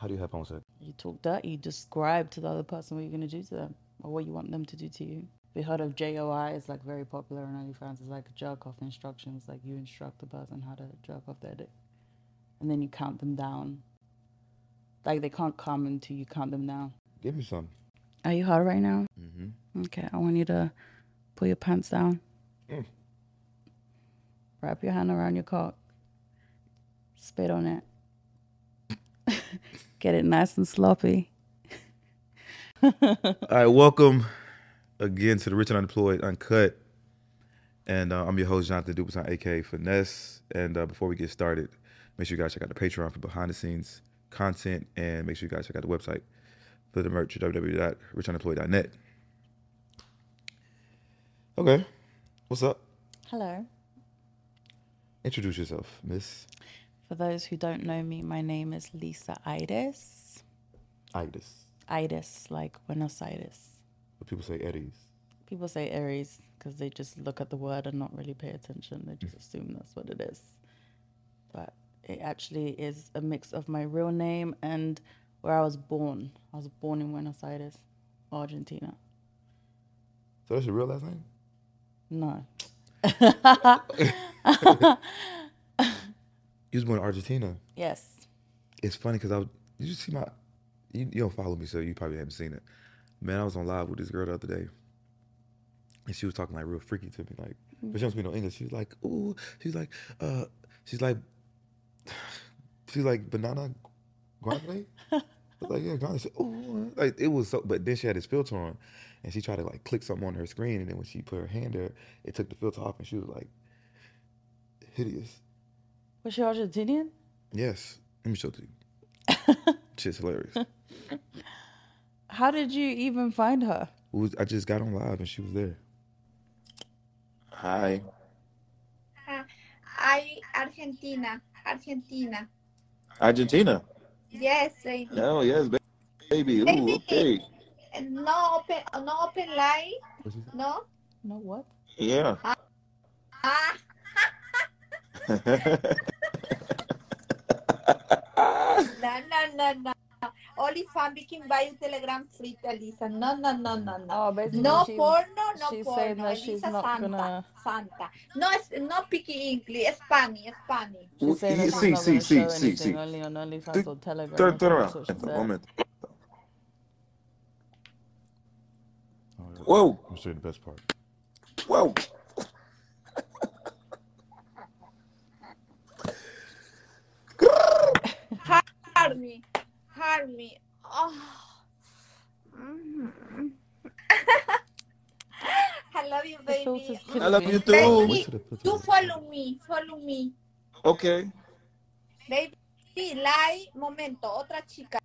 How do you help homesick? You talk dirty, you describe to the other person what you're going to do to them or what you want them to do to you. We heard of JOI, it's like very popular on OnlyFans, it's like jerk off instructions, like you instruct the person how to jerk off their dick. And then you count them down. Like they can't come until you count them down. Give me some. Are you hard right now? Mm-hmm. Okay, I want you to pull your pants down. Mm. Wrap your hand around your cock. Spit on it. Get it nice and sloppy. All right, welcome again to the Rich and Unemployed Uncut. And uh, I'm your host, Jonathan Duperton, aka Finesse. And uh, before we get started, make sure you guys check out the Patreon for behind the scenes content and make sure you guys check out the website for the merch, www.richunemployed.net. Okay, what's up? Hello. Introduce yourself, Miss For those who don't know me, my name is Lisa Idis. Itis. Idis, like Buenos Aires. But people say Eddie's. People say Aries because they just look at the word and not really pay attention. They just assume that's what it is. But it actually is a mix of my real name and where I was born. I was born in Buenos Aires, Argentina. So that's your real last name? No. You was born in Argentina. Yes. it's funny because I was. Did you see my? You, you don't follow me, so you probably haven't seen it. Man, I was on live with this girl the other day, and she was talking like real freaky to me, like, but she don't speak no English. She's like, ooh, she's like, uh, she's like, she's like banana grande. I was like yeah, grande. She, ooh, like it was so. But then she had this filter on, and she tried to like click something on her screen, and then when she put her hand there, it took the filter off, and she was like, hideous. Was she Argentinian? Yes, let me show it to you. Shit's hilarious. How did you even find her? It was- I just got on live and she was there. Hi. I Argentina, Argentina. Argentina. Yes, lady. Oh yes, ba- baby. Ooh, Baby. okay. And No open, no open line. What'd you say? No. No, what? Yeah. Ah, no, no, no, no. Only fan we can buy you Telegram free, Elisa. No, no, no, no, no. Oh, basically, No she's, porno, no she's porno. saying that Elisa she's not Santa, gonna- Santa. No, it's no picky English. Spanish, Spanish. Ooh, she's saying yeah, that she's see, not going see, to see, show see, see. anything only on OnlyFans Th- or Telegram. Turn, turn or around. something, At that's the what she said. moment. Oh, Whoa, I'm sure the best part. whoa. Harvey, Harvey. Oh. Mhm. I love you, The filter's baby. killing I love me. you Oh, too. wait till the picture You is- follow me, follow me. Okay. Baby, like, momento, otra chica.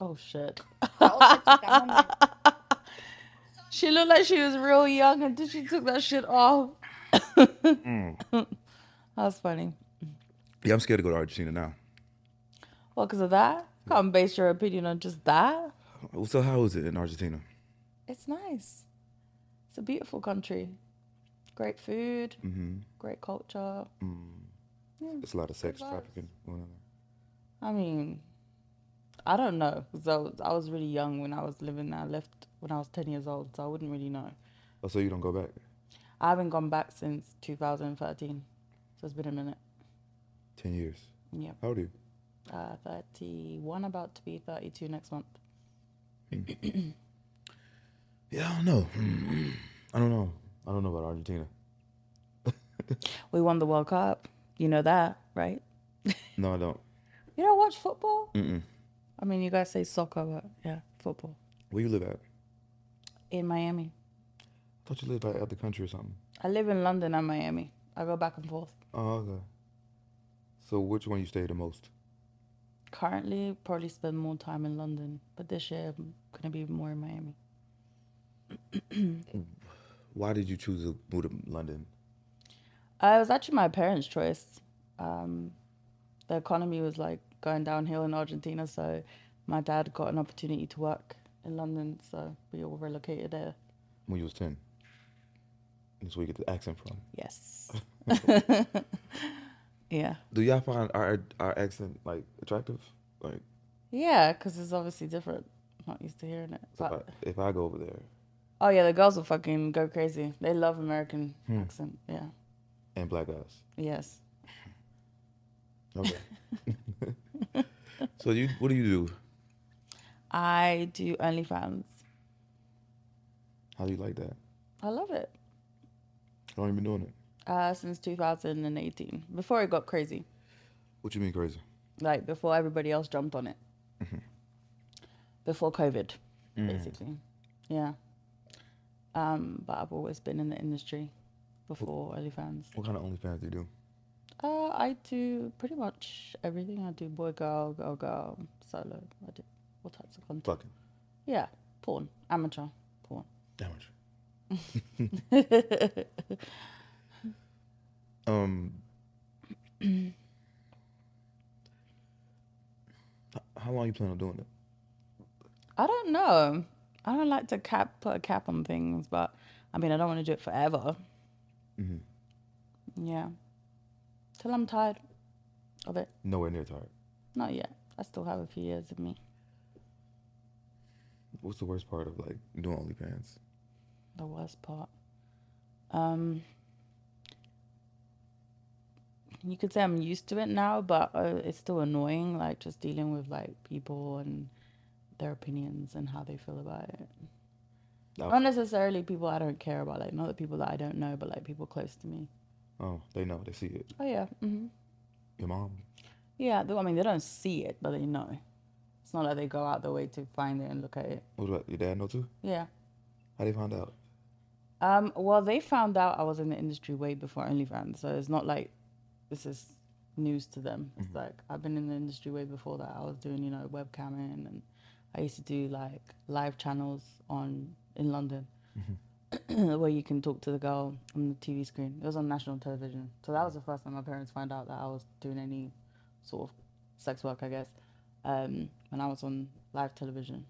Oh, shit. Otra chica, momento. She looked like she was real young until she took that shit off. That's funny. Yeah, I'm scared to go to Argentina now. Well, because of that, you can't base your opinion on just that. So how is it in Argentina? It's nice. It's a beautiful country. Great food, Mm. great culture. Mm-hmm. It's a lot of sex vibes. trafficking going on there. I mean, I don't know. So I was really young when I was living there. I left when I was 10 years old, so I wouldn't really know. Oh, so you don't go back? I haven't gone back since 2013. So it's been a minute. Ten years. Yep. How old are you? Uh, 31, about to be 32 next month. Yeah, I don't know. I don't know. I don't know about Argentina. We won the World Cup. You know that, right? No, I don't. You don't watch football? Mm-mm. I mean, you guys say soccer, but yeah, football. Where you live at? I In Miami. thought you lived out of the country or something. I live in London and Miami. I go back and forth. Oh, okay. So which one you stay the most? Currently, probably spend more time in London, but this year I'm going to be more in Miami. Why did you choose to move to London? Uh, it was actually my parents' choice. Um, the economy was like going downhill in Argentina, so my dad got an opportunity to work in London, so we all relocated there. when you was 10. That's where you get the accent from. Yes. yeah. Do y'all find our our accent like attractive? Like Yeah, because it's obviously different. I'm not used to hearing it. So if, But- I, if I go over there oh yeah, the girls will fucking go crazy. They love American Hmm. accent. Yeah. and black guys, Yes. okay. so you, what do you do? I do OnlyFans. How do you like that? I love it. How long you been doing it? Uh, since 2018, before it got crazy, What you mean crazy? like before everybody else jumped on it, before COVID, basically. Yeah. Um, but I've always been in the industry before OnlyFans. What kind of OnlyFans do you do? Uh, I do pretty much everything. I do boy, girl, girl, girl, solo. I do all types of content. Fucking Yeah, porn, amateur porn. damage. um, h- how long you plan on doing it? I don't know. I don't like to cap put a cap on things, but I mean, I don't want to do it forever. Mm-hmm. Yeah, till I'm tired of it. Nowhere near tired. Not yet. I still have a few years of me. What's the worst part of like doing OnlyFans? The worst part. Um, you could say I'm used to it now, but uh, it's still annoying. Like just dealing with like people and their opinions and how they feel about it. No. Not necessarily people I don't care about, like not the people that I don't know, but like people close to me. Oh, they know. They see it. Oh yeah, hmm Your mom. yeah. They, I mean, they don't see it, but they know. It's not like they go out their way to find it and look at it. What about your dad know too? Yeah. How they find out? Um, well, they found out I was in the industry way before OnlyFans, so it's not like this is news to them. It's like I've been in the industry way before that. I was doing, you know, webcamming, and I used to do like live channels on in London, where you can talk to the girl on the TV screen. It was on national television, so that was the first time my parents found out that I was doing any sort of sex work, I guess, um, when I was on live television.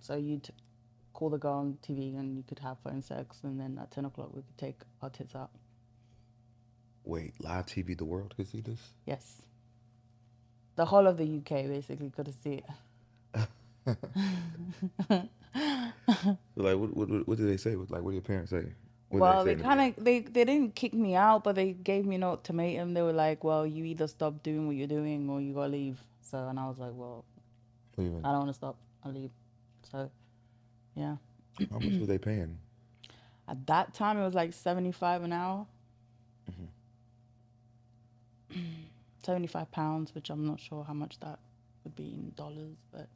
So you'd call the girl on TV and you could have phone sex, and then at 10 o'clock we could take our tits out. Wait, live TV, the world could see this. Yes. The whole of the UK basically got to see it. Like, what, what, what what did they say? What, like, what did your parents say? What did well, say they in the- kind of they, they didn't kick me out, but they gave me an ultimatum. They were like, "Well, you either stop doing what you're doing, or you gotta leave." So, and I was like, "Well, What do you mean? I don't want to stop. I'll leave." So, yeah. How much were they paying? At that time, it was like 75 an hour. 75 pounds, which I'm not sure how much that would be in dollars, but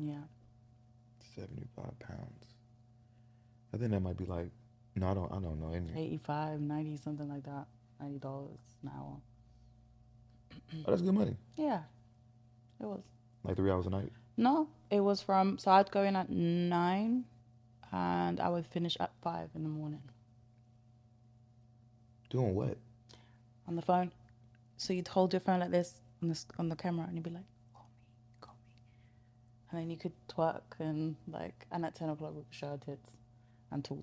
yeah. Seventy-five pounds. I think that might be like. No, I don't. I don't know. Any. 85, 90, something like that. $90 an hour. Oh, that's good money. Yeah, it was. Like three hours a night. No, it was from, so I'd go in at 9 and I would finish at 5 in the morning Doing what? on the phone. So you'd hold your phone like this on the, s- on the camera and you'd be like, call me, call me. and then you could twerk and like and at 10 o'clock we could show our tits and talk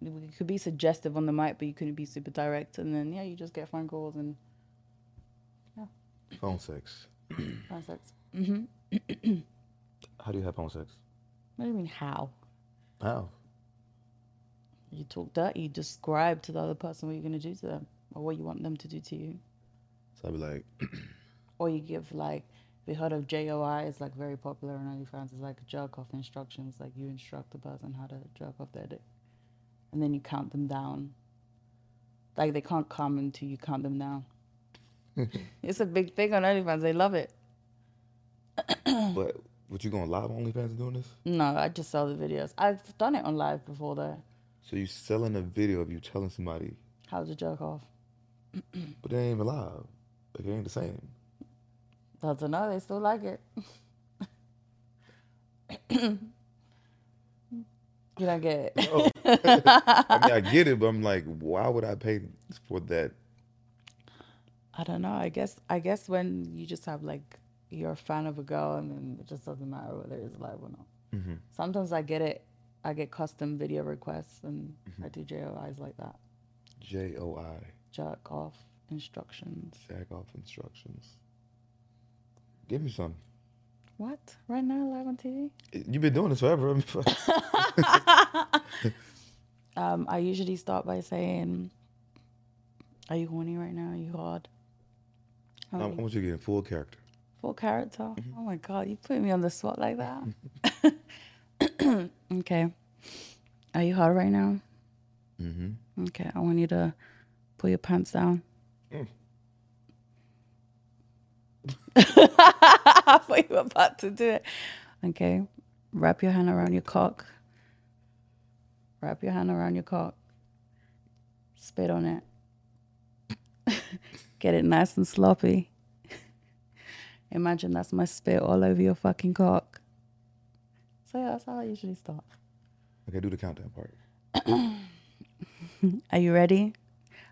you could be suggestive on the mic but you couldn't be super direct and then yeah you just get phone calls and Phone sex. phone sex hmm How do you have phone sex? what do you mean how How? you talk dirty you describe to the other person what you're going to do to them or what you want them to do to you So I'd be like, or you give like we heard of JOI, it's like very popular on OnlyFans. It's like jerk off instructions, like you instruct the person how to jerk off their dick, and then you count them down. Like they can't come until you count them down. it's a big thing on OnlyFans. They love it. but what you going live on OnlyFans and doing this? No, I just sell the videos. I've done it on live before though. So you selling a video of you telling somebody, How to jerk off. but they ain't even live. Like it ain't the same. I don't know. They still like it. you don't get it. I mean, I get it, but I'm like, why would I pay for that? I don't know. I guess I guess when you just have like you're a fan of a girl and then it just doesn't matter whether it's live or not. Mm-hmm. Sometimes I get it. I get custom video requests and Mm-hmm. I do JOIs like that. J O I. Jerk off instructions. Jack off instructions. Give me some. What? Right now, live on TV? You've been doing this forever. I mean, fuck. um, I usually start by saying, Are you horny right now? Are you hard? How I are I you? want you to get in full character. Full character? Oh my God, you put me on the spot like that? okay. Are you hard right now? Mm-hmm. Okay, I want you to pull your pants down. Mm. I thought you were about to do it. Okay, wrap your hand around your cock. Wrap your hand around your cock. Spit on it. Get it nice and sloppy. Imagine that's my spit all over your fucking cock. So yeah, that's how I usually start. Okay, do the countdown part. Are you ready?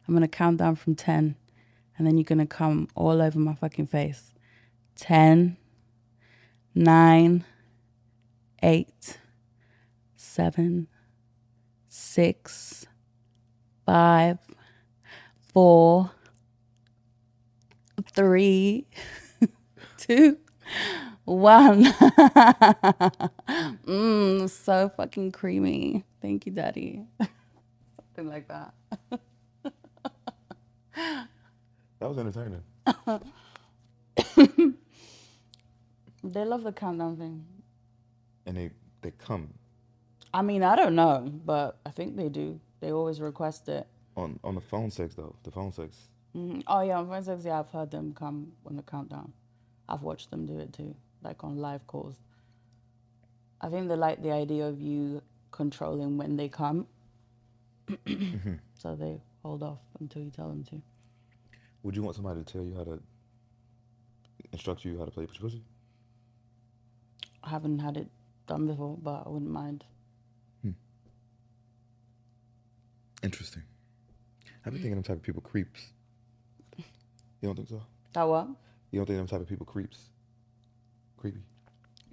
I'm gonna count down from 10, and then you're gonna come all over my fucking face. 10, 9, 8, 7, 6, 5, 4, 3, 2, 1. mm, so fucking creamy. Thank you, Daddy. Something like that. That was entertaining. They love the countdown thing. And they they come I mean, I don't know, but I think they do. They always request it. on on the phone sex though. The phone sex. Mhm. Oh yeah, on Wednesdays, yeah, I've heard them come on the countdown. I've watched them do it too, like on live calls. I think they like the idea of you controlling when they come, so they hold off until you tell them to. Would you want somebody to tell you how to instruct you how to play pussy pussy? I haven't had it done before, but I wouldn't mind. Interesting. I've been thinking them type of people creeps. You don't think so? That what? You don't think them type of people creeps? Creepy.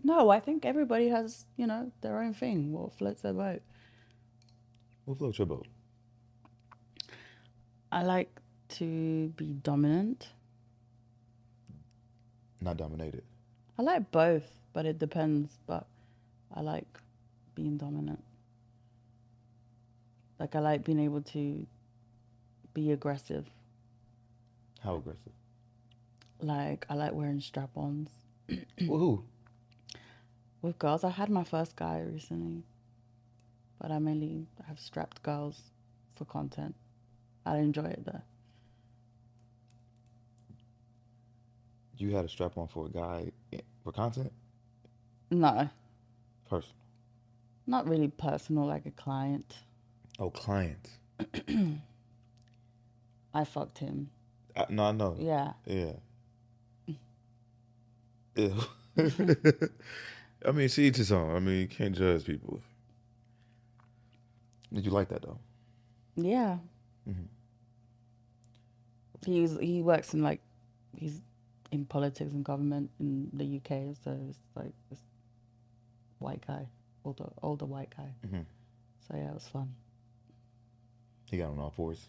No, I think everybody has, you know, their own thing. What floats their boat. What floats your boat? I like to be dominant. Not dominated. I like both, but it depends. But I like being dominant. Like I like being able to be aggressive. How aggressive? Like I like wearing strap-ons well, who? with girls. I had my first guy recently, but I mainly have strapped girls for content. I enjoy it though. You had a strap on for a guy eh, for content? No, Person. not really personal. Like a client, Oh, client. I fucked him. I, no, I know. Yeah, Yeah. Ew. I mean, she each his own. I mean, you can't judge people. Did you like that though? yeah. Mhm. He's he works in like he's in politics and government in the UK, so it's like this white guy, older older white guy. Mhm. So yeah, it was fun. He got on all fours.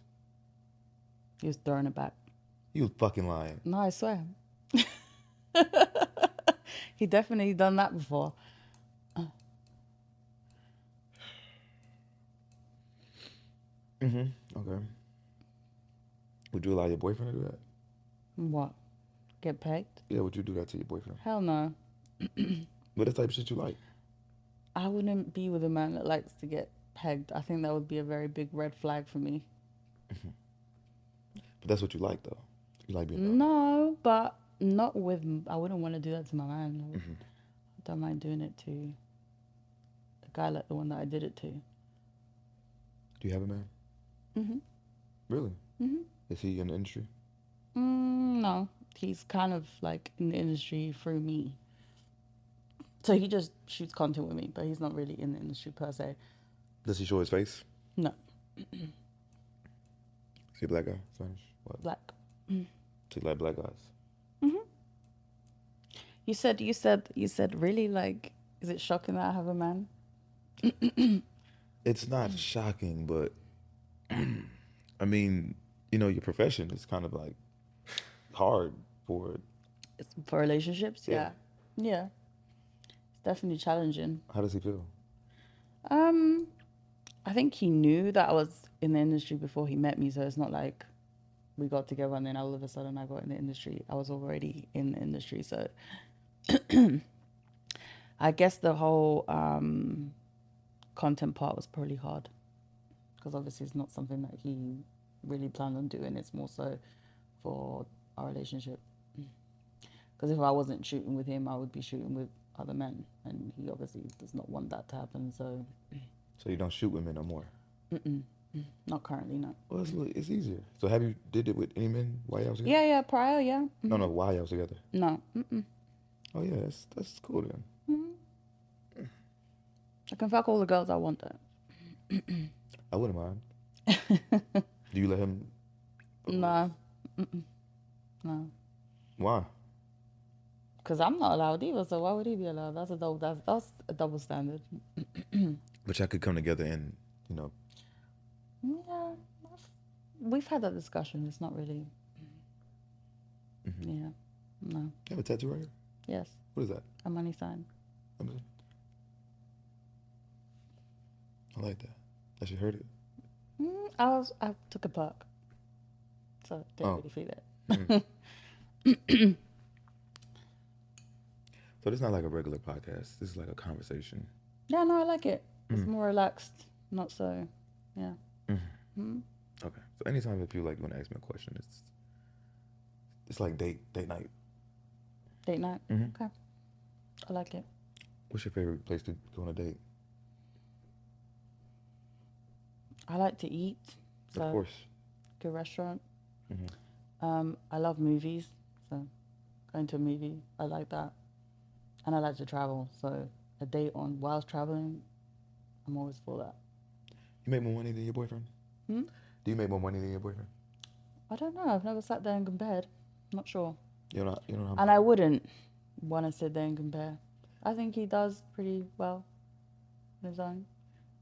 He was throwing it back. You fucking lying. No, I swear. he definitely done that before. Mm-hmm. Okay. Would you allow your boyfriend to do that? What? Get pegged? Yeah, would you do that to your boyfriend? Hell no. But that's the type of shit you like. I wouldn't be with a man that likes to get pegged. I think that would be a very big red flag for me. But that's what you like though. You like being Mm-hmm. dominant. No, but not with. m- I wouldn't want to do that to my man. I would- Mm-hmm. I don't mind doing it to a guy like the one that I did it to. Do you have a man? Mm-hmm. Mhm. Really? Mhm. Is he in the industry? Mm, no, he's kind of like in the industry through me. So he just shoots content with me, but he's not really in the industry per se. Does he show his face? No, Is he a black guy? Spanish? What? black. Does he like black guys? You said, you said, you said, really? Like, is it shocking that I have a man? It's not shocking, but I mean, you know, your profession is kind of like hard for it. It's for relationships? Yeah. Yeah. Yeah. definitely challenging. How does he feel? Um, I think he knew that I was in the industry before he met me, so it's not like we got together and then all of a sudden I got in the industry. I was already in the industry, so I guess the whole um, content part was probably hard because obviously it's not something that he really planned on doing. It's more so for our relationship. Because if I wasn't shooting with him, I would be shooting with other men, and he obviously does not want that to happen. So, So you don't shoot women no more. not currently, no. Well, it's, li- it's easier. So have you did it with any men while y'all was together? Yeah, yeah, prior, yeah. Mm, No, no, while y'all was together. No, mm-mm. Oh yeah, that's that's cool then. I can fuck all the girls I want though. I wouldn't mind. Do you let him? No, mm-mm. no, Why? because I'm not allowed either. So why would he be allowed? That's a double. That's that's a double standard. But y'all could come together and you know. Yeah, that's- we've had that discussion. It's not really. Yeah, no, You have a tattoo right here. yes, What is that? a money sign. Let me- I like that. I should heard it. Mm, I was I took a perk, so I didn't Oh. really feel it. So this is not like a regular podcast. This is like a conversation. Yeah, no, I like it. It's more relaxed, not so. Yeah. Mm. Okay. So anytime if you like want to ask me a question, it's it's like date date night. Date night. Mm-hmm. Okay. I like it. What's your favorite place to go on a date? I like to eat. So Of course. Mm-hmm. good restaurant. Um, I love movies, so going to a movie, I like that. And I like to travel, so a date on whilst traveling, I'm always for that. You make more money than your boyfriend. Hmm? Do you make more money than your boyfriend? I don't know. I've never sat there and compared. Not sure. You know. You know how And I wouldn't want to sit there and compare. I think he does pretty well on his own,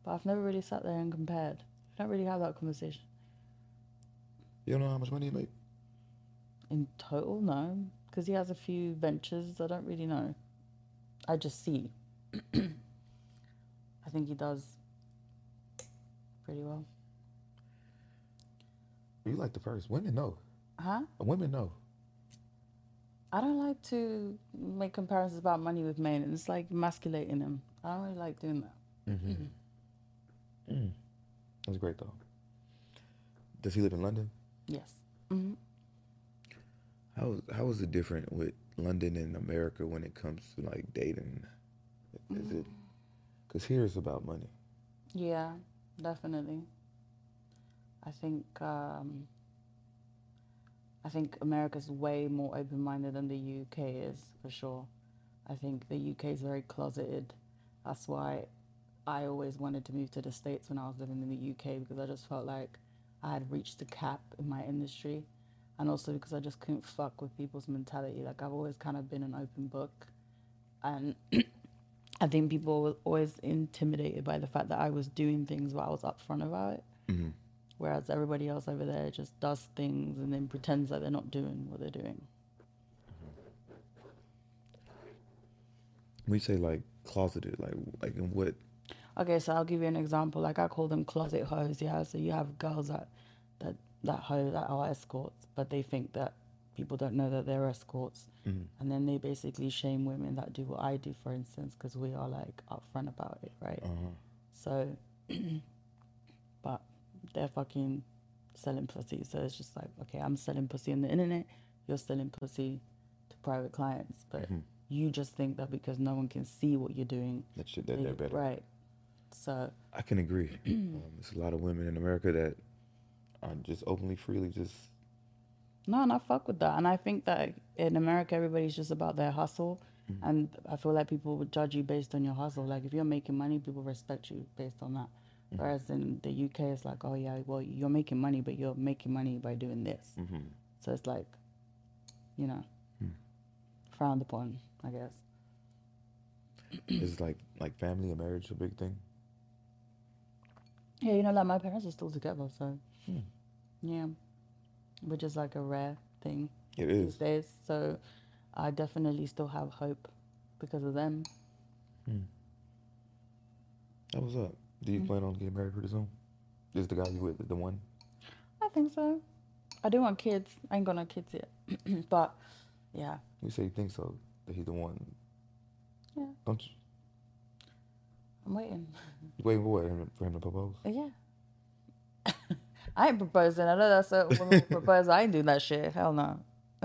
but I've never really sat there and compared. I don't really have that conversation. you don't know how much money you make. In total, no, because he has a few ventures. I don't really know. I just see. I think he does pretty well. You like the first women know. Huh? Women know. I don't like to make comparisons about money with men. It's like emasculating them. I don't really like doing that. Mm-hmm. Mm. That's great though. Does he live in London? Yes. How how is it different with London and America when it comes to like dating? Is it? Because here it's about money. Yeah, definitely. I think um, I think America's way more open-minded than the UK is for sure. I think the UK is very closeted. That's why I always wanted to move to the States when I was living in the UK because I just felt like I had reached the cap in my industry. And also because I just couldn't fuck with people's mentality. Like I've always kind of been an open book. And I think people were always intimidated by the fact that I was doing things, but I was upfront about it. Mm-hmm. Whereas everybody else over there just does things and then pretends that they're not doing what they're doing. We say like closeted, like like in what? Okay, so I'll give you an example. Like I call them closet hoes, yeah. So you have girls that that that hoe that are escorts, but they think that people don't know that they're escorts, and then they basically shame women that do what I do, for instance, because we are like upfront about it, right? Uh-huh. So, but they're fucking selling pussy. So it's just like, okay, I'm selling pussy on the internet. You're selling pussy to private clients, but Mm-hmm. you just think that because no one can see what you're doing, That shit that they're they- better. Mm, right? So I can agree. um, there's a lot of women in America that are just openly, freely, just No, and I fuck with that. And I think that in America, everybody's just about their hustle. Mm-hmm. And I feel like people would judge you based on your hustle. Like if you're making money, people respect you based on that. Mm-hmm. Whereas in the UK, it's like, oh yeah, well you're making money, but you're making money by doing this. Mm-hmm. So it's like, you know, Hmm. frowned upon, I guess. is like like family and marriage a big thing. Yeah, you know, like my parents are still together, so Hmm. yeah, which is like a rare thing. It these is. days. So I definitely still have hope because of them. That was up. Do you Mm-hmm. plan on getting married pretty soon? Is the guy you with the one? I think so. I do want kids. I ain't got no kids yet. but yeah, You say you think so. That he's the one. Yeah. Don't you, I'm waiting. you waiting for what, him, for him to propose? But yeah. I ain't proposing. I know that's what women will propose. I ain't doing that shit. Hell no.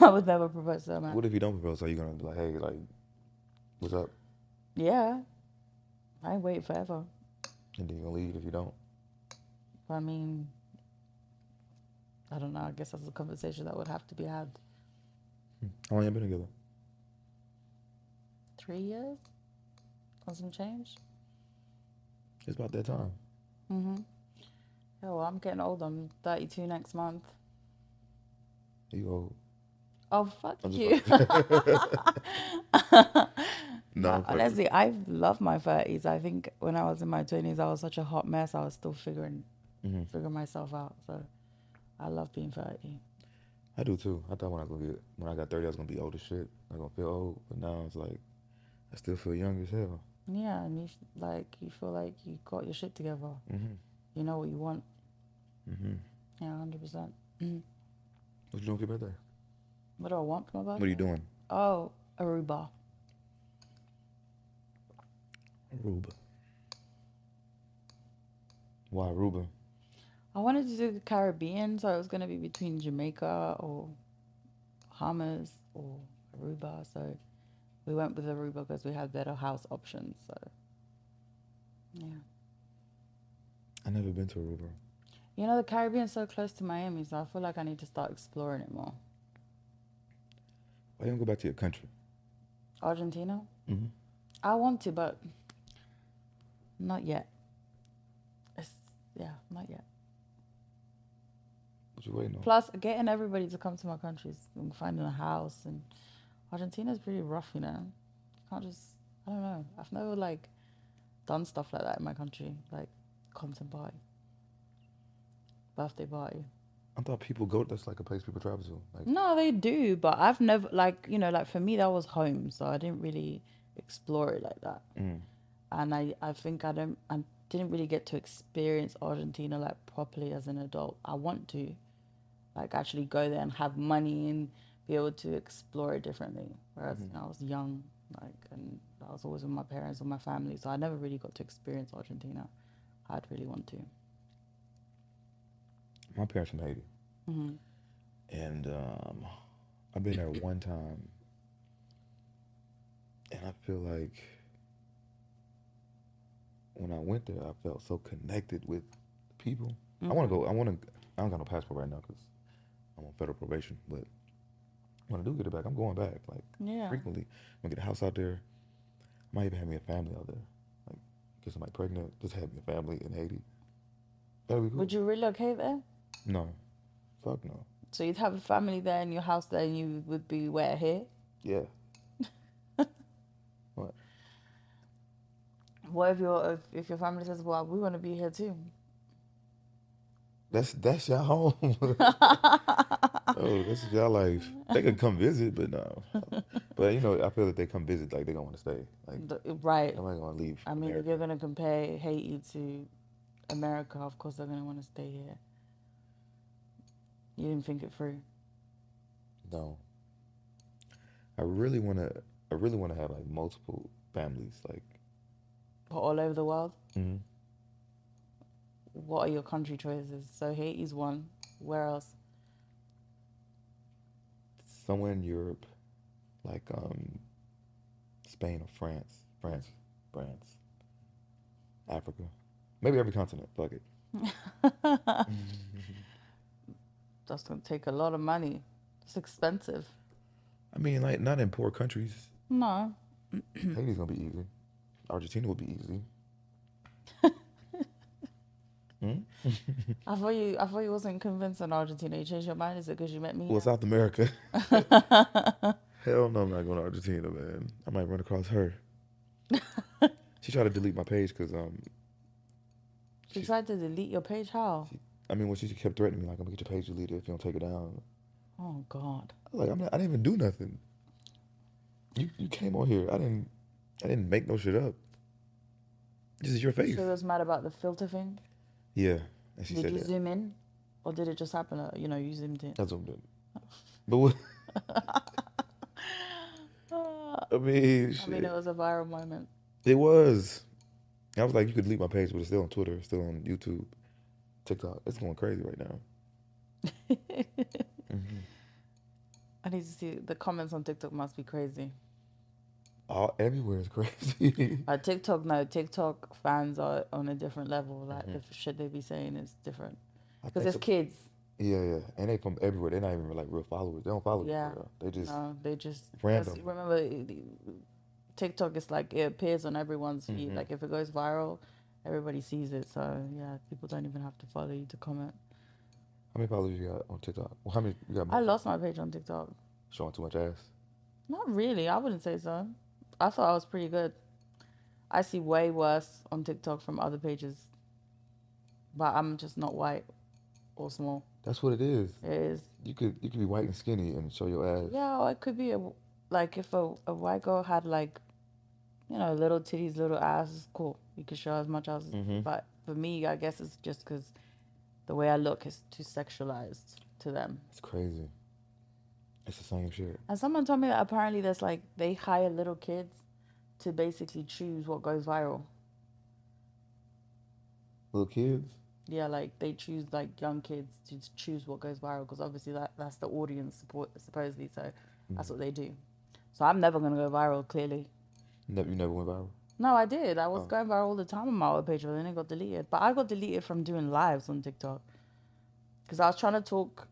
I would never propose to a man. What if you don't propose? Are you gonna be like, hey, like, what's up? Yeah. I ain't wait forever. And then you gonna leave if you don't. I mean, I don't know. I guess that's a conversation that would have to be had. How long you Oh, been together? Three years? On some change? It's about that time. Mm-hmm. Yeah, Oh, well, I'm getting old. I'm 32 next month. You old. Oh, fuck I'm just you. No, I'm But fucking- honestly, I love my 30s. I think when I was in my 20s, I was such a hot mess. I was still figuring Mhm. figuring myself out. So I love being 30. I do too. I thought when I was gonna get when I got thirty, I was gonna be old as shit. I was gonna feel old, but now it's like I still feel young as hell. Yeah, and you f- like you feel like you got your shit together. Mm-hmm. You know what you want. Mm-hmm. Yeah, 100%. What you doing for your birthday? What do I want for my What are birthday? you doing? Oh, Aruba. Aruba. Why Aruba? I wanted to do the Caribbean, so it was going to be between Jamaica or Bahamas or Aruba. So we went with Aruba because we had better house options. So, yeah. I never been to Aruba. You know, the Caribbean's so close to Miami, so I feel like I need to start exploring it more. Why you don't go back to your country? Argentina? Mm-hmm. I want to, but not yet. It's, yeah, not yet. What you waiting on? Plus, getting everybody to come to my country is- and finding a house and Argentina's pretty rough, you know. You can't just I don't know. I've never like done stuff like that in my country, like content party, birthday party. I thought people go. That's like a place people travel to. Like No, they do, but I've never like you know like for me that was home, so I didn't really explore it like that. Mm. And I I think I don't I didn't really get to experience Argentina like properly as an adult. I want to, like actually go there and have money and be able to explore it differently. Whereas you know, I was young, like and I was always with my parents or my family, so I never really got to experience Argentina. I'd really want to. my parents from Haiti, hmm and um, I've been there one time, and I feel like when I went there, I felt so connected with people. I want to go. I want to. I don't got no passport right now because I'm on federal probation. But when I do get it back, I'm going back. Like Yeah. frequently. I'm gonna get a house out there. I might even have me a family out there. Like get somebody pregnant, just have me a family in Haiti. That'd be cool. Would you relocate there? No. Fuck no. So you'd have a family there in your house there and you would be where here? Yeah. what? What if your if, if your family says, Well, we wanna be here too? That's that's y'all home. oh, this is y'all life. They could come visit, but no. But you know, I feel that they come visit, like they gonna want to stay. Like The- right. I'm not gonna leave. I mean if America. you're gonna compare Haiti to America, of course they're gonna wanna stay here. You didn't think it through. No. I really wanna. I really wanna have like multiple families. Like. But all over the world, Mm-hmm. what are your country choices? So Haiti's one. Where else? somewhere in Europe, like um, Spain or France, France, France, Africa, maybe every continent. Fuck it. That's gonna take a lot of money. It's expensive. I mean, like not in poor countries. No. Haiti's gonna be easy. Argentina will be easy. Hmm? I thought you I thought you wasn't convinced on Argentina. You changed your mind, is it because you met me? Well, South America. Hell no, I'm not going to Argentina, man. I might run across her. she tried to delete my page because um, She tried to delete your page. How? I mean, when she kept threatening me, like, I'm gonna get your page deleted if you don't take it down. Oh God. I was like, I'm not, I didn't even do nothing. You you came on here. I didn't I didn't make no shit up. This is your face. She was mad about the filter thing. Yeah, and she Did said you that. zoom in, or did it just happen? uh, You know, you zoomed in. That's what I'm doing. But what, Ah, I mean, I mean, shit. it was a viral moment. It was. I was like, you could delete my page, but it's still on Twitter, it's still on YouTube, TikTok. It's going crazy right now. Mm-hmm. Mhm. I need to see the comments on TikTok. Must be crazy. All everywhere is crazy. Like Uh, TikTok, no TikTok fans are on a different level. Like Mm-hmm. the f- shit they be saying is different I because think it's the- kids. yeah, yeah, and they from everywhere. They're not even like real followers. They don't follow. you for Yeah. real. they just No, they just 'cause Random. Remember, it- it- TikTok is like it appears on everyone's Mm-hmm. feed. Like if it goes viral, everybody sees it. So yeah, people don't even have to follow you to comment. Mm-hmm. how many followers you got on TikTok? Well, how many you got? I lost my page on TikTok. showing too much ass. Not really. I wouldn't say so. I thought I was pretty good. I see way worse on TikTok from other pages, but I'm just not white or small. That's what it is. It is You could you could be white and skinny and show your ass. Yeah, or it could be a, w- like if a, a white girl had like, you know, little titties, little ass, it's cool. You could show as much as, but for me, I guess it's just because the way I look is too sexualized to them. It's crazy. It's the same shit. And someone told me that apparently there's like they hire little kids to basically choose what goes viral. Little kids. Yeah, like they choose like young kids to s- choose what goes viral because obviously that that's the audience support supposedly. So Mm. that's what they do. So I'm never gonna go viral clearly. Never, you never went viral. No, I did. I Oh. was going viral all the time on my old page, but then it got deleted. But I got deleted from doing lives on TikTok because I was trying to talk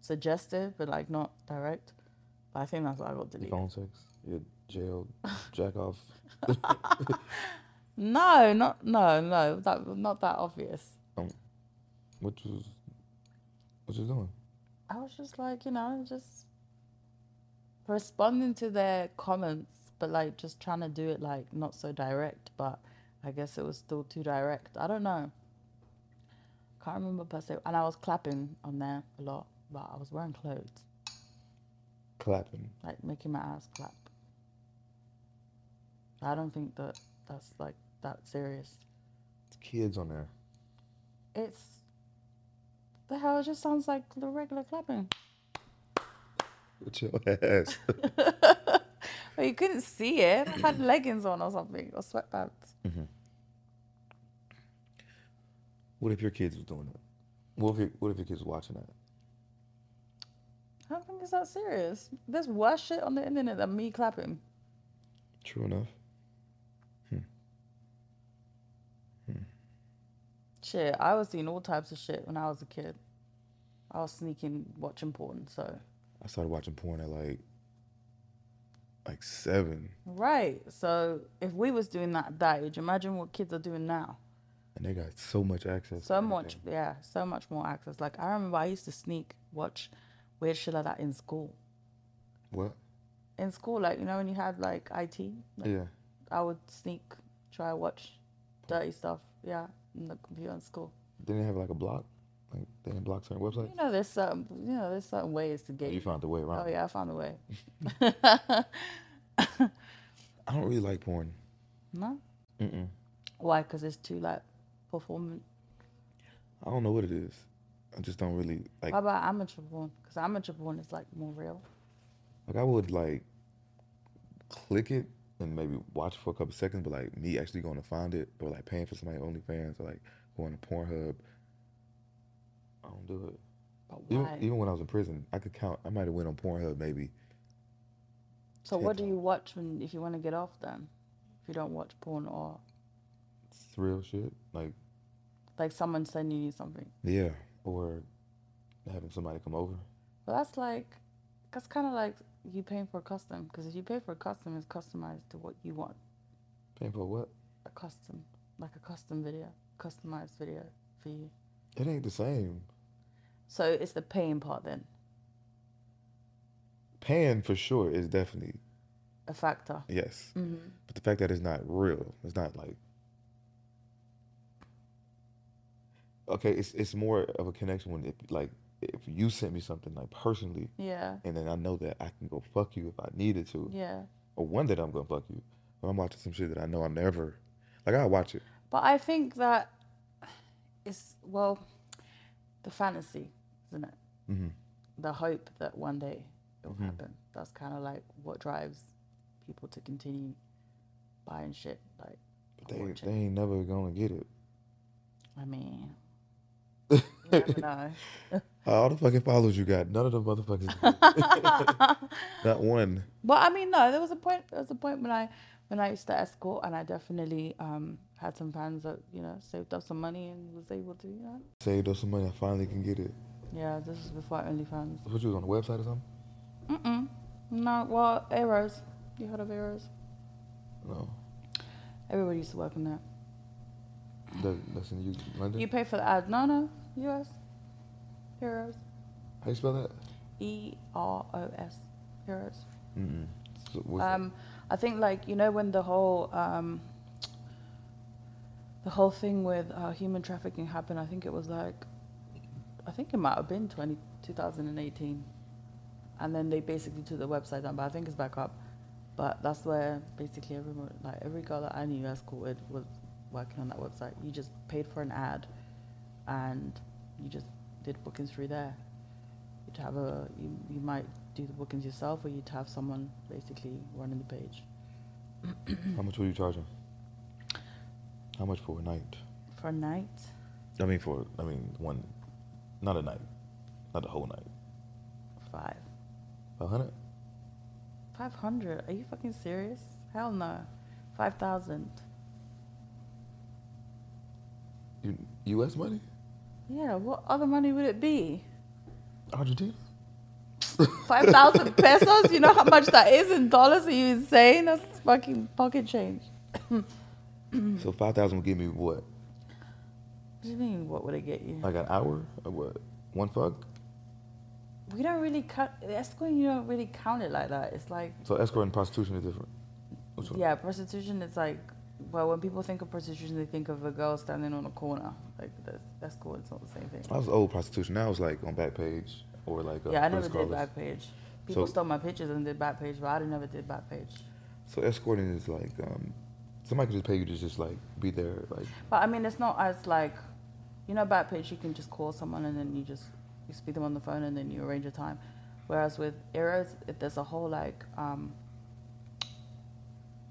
suggestive, but like not direct. But I think that's why I got Your deleted. phone sex. Your jail. Jack off. No, not no, no, that not that obvious. What you what you doing? I was just like, you know, just responding to their comments, but like just trying to do it like not so direct, but I guess it was still too direct. I don't know. Can't remember per se. And I was clapping on there a lot, but I was wearing clothes, Clapping. like making my ass clap. I don't think that that's like that serious. It's kids on there. It's the hell, it just sounds like the regular clapping. With your ass. But you couldn't see it. I had leggings on or something, or sweatpants. what if your kids was doing that? What if your, what if your kids watching that? I don't think it's that serious. There's worse shit on the internet than me clapping. True enough. Shit, I was seeing all types of shit when I was a kid. I was sneaking, watching porn, so. I started watching porn at like like seven, Right, so if we was doing that at that age, imagine what kids are doing now. and they got so much access. to So much, everything. yeah, so much more access. Like, I remember I used to sneak, watch weird shit like that in school. What? In school, like, you know, when you had like IT, like, Yeah. I would sneak, try watch dirty stuff, yeah, in the computer in school. Didn't they have like a block? Like they didn't block certain websites. You know, there's certain, you know, there's certain ways to get. You found the way around. Oh it. yeah, I found a way. I don't really like porn. no, Mm-mm. why? Because it's too like performant. I don't know what it is. I just don't really like. How about amateur porn? Because amateur porn is like more real. Like I would like click it and maybe watch for a couple seconds, but like me actually going to find it or like paying for somebody OnlyFans or like going to Pornhub, I don't do it. But Even, why? even when I was in prison, I could count. I might have went on Pornhub maybe. so what do TikTok. you watch when if you want to get off then? If you don't watch porn or It's real shit. Like like someone sending you something, yeah, or having somebody come over. but that's like that's kind of like you paying for a custom. Because if you pay for a custom, it's customized to what you want. Paying for what? A custom, like a custom video, customized video for you. It ain't the same. So it's the paying part then, Paying for sure is definitely a factor. yes, hmm but the fact that it's not real, it's not like. Okay, it's it's more of a connection when if like if you sent me something like personally, Yeah, and then I know that I can go fuck you if I needed to, yeah. or one that I'm gonna fuck you, When I'm watching some shit that I know I never, like I watch it. But I think that it's, well, the fantasy, isn't it? Mhm. The hope that one day it'll Mhm. happen. That's kind of like what drives people to continue buying shit. Like, They, watch they it. ain't never gonna get it. I mean, you never know. All the fucking followers you got, none of them motherfuckers. did. Not one. But I mean, no, there was a point. There was a point when I when I used to escort, and I definitely um had some fans that you know saved up some money and was able to, you know. Saved up some money. I finally can get it. Yeah, this is before OnlyFans. What you was on the website or something? Mm-mm. No, well, Eros. You heard of Eros? No, Everybody used to work in there. that, that's in U- London. You pay for the ad. No, no, US. Eros. How you spell that? E R O S. Eros. Mm-mm. So what's that? Um, I think like you know when the whole um, the whole thing with uh, human trafficking happened. I think it was like I think it might have been 20, 2018, and then they basically took the website down. But I think it's back up. But that's where basically every mo- like every girl that I knew escorted was working on that website. You just paid for an ad, and you just did bookings through there. You'd have a you, you might do the bookings yourself, or you'd have someone basically running the page How much were you charging? How much for a night? for a night. I mean, for I mean one, not a night, not a whole night. Five, A hundred? five hundred. Are you fucking serious? Hell no, five thousand. U- U.S. money? Yeah, what other money would it be? Argentina? Five thousand pesos? You know how much that is in dollars? Are you insane? That's fucking pocket change. So five thousand would give me what? What do you mean? What would it get you? Like an hour? Or what? One fuck? We don't really count escorting. You don't really count it like that. It's like So escort and prostitution is different. Which one? yeah, prostitution. It's like well, when people think of prostitution, they think of a girl standing on a corner. Like that's that's cool. It's not the same thing. I was old prostitution. Now it's like on Backpage or like uh, Yeah, I never Footscrollers. did Backpage. People So- stole my pictures and did Backpage, but I never did Backpage. So escorting is like um, somebody could just pay you to just like be there. Like But I mean, it's not as like, you know, Backpage, you can just call someone and then you just, you speak them on the phone and then you arrange a time. Whereas with Eros, if there's a whole like, um,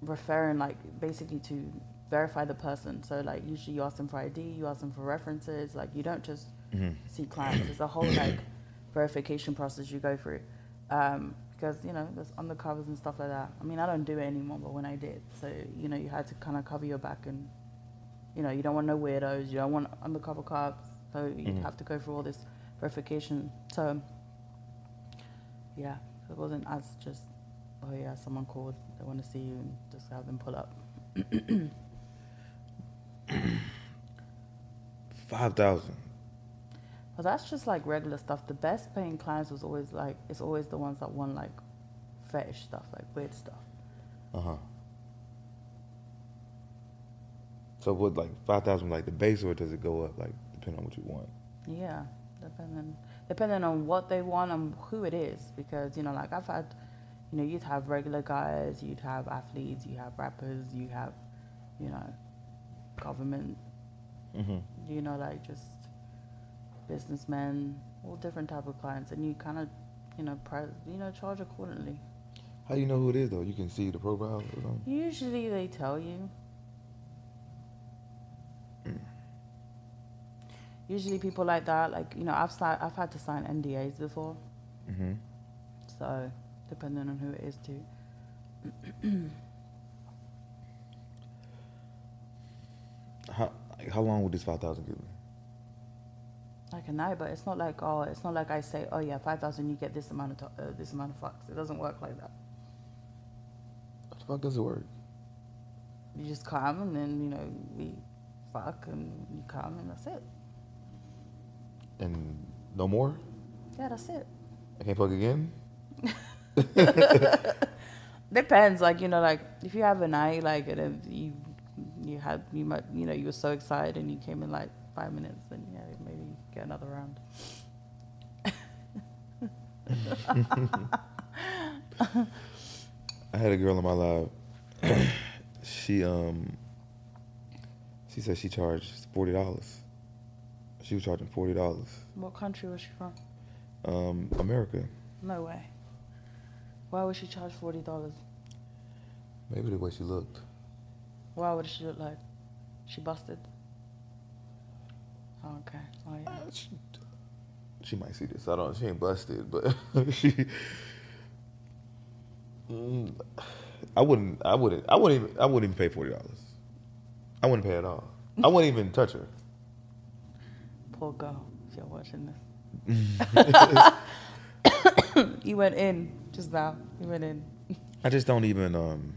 referring like basically to verify the person. So like usually you ask them for ID, you ask them for references. Like you don't just see clients. There's a whole like verification process you go through. Um, because you know there's undercovers and stuff like that. I mean I don't do it anymore, but when I did, so you know you had to kind of cover your back and you know you don't want no weirdos, you don't want undercover cops, so you Mhm. have to go through all this verification. So yeah, it wasn't as just oh yeah someone called they want to see you and just have them pull up. five thousand. But that's just like regular stuff. The best paying clients was always like it's always the ones that want like fetish stuff, like weird stuff. Uh huh. So what? Like five thousand? Like the base, or does it go up? Like depending on what you want. Yeah, depending depending on what they want and who it is, because you know, like I've had, you know, you'd have regular guys, you'd have athletes, you have rappers, you have, you know, government, Mm-hmm. you know, like just businessmen, all different type of clients, and you kind of, you know, price, you know, charge accordingly. How do you know who it is though? You can see the profile. Or something? Usually they tell you. Usually people like that, like you know, I've si- I've had to sign NDAs before, Mm-hmm. so depending on who it is too. How like, how long would this five thousand give me? Like a night, but it's not like oh, it's not like I say oh yeah, five thousand, you get this amount of to- uh, this amount of fucks. It doesn't work like that. How the fuck does it work? You just come and then you know we fuck and you come and that's it. And no more? Yeah, that's it. I can't fuck again. Depends, like you know, like if you have a night, like and if you you had you might you know you were so excited and you came in like five minutes, then yeah, maybe you get another round. I had a girl in my life. She um she said she charged forty dollars. She was charging forty dollars. What country was she from? Um, America. No way. Why would she charge forty dollars? Maybe the way she looked. Why would she look like? She busted. Oh, okay. Oh yeah. She, she might see this. I don't. She ain't busted, but she. Mm, I wouldn't. I wouldn't. I wouldn't even. I wouldn't even pay forty dollars. I wouldn't pay at all. I wouldn't even touch her. Poor girl. If you're watching this. you went in just now. You went in. I just don't even. Um,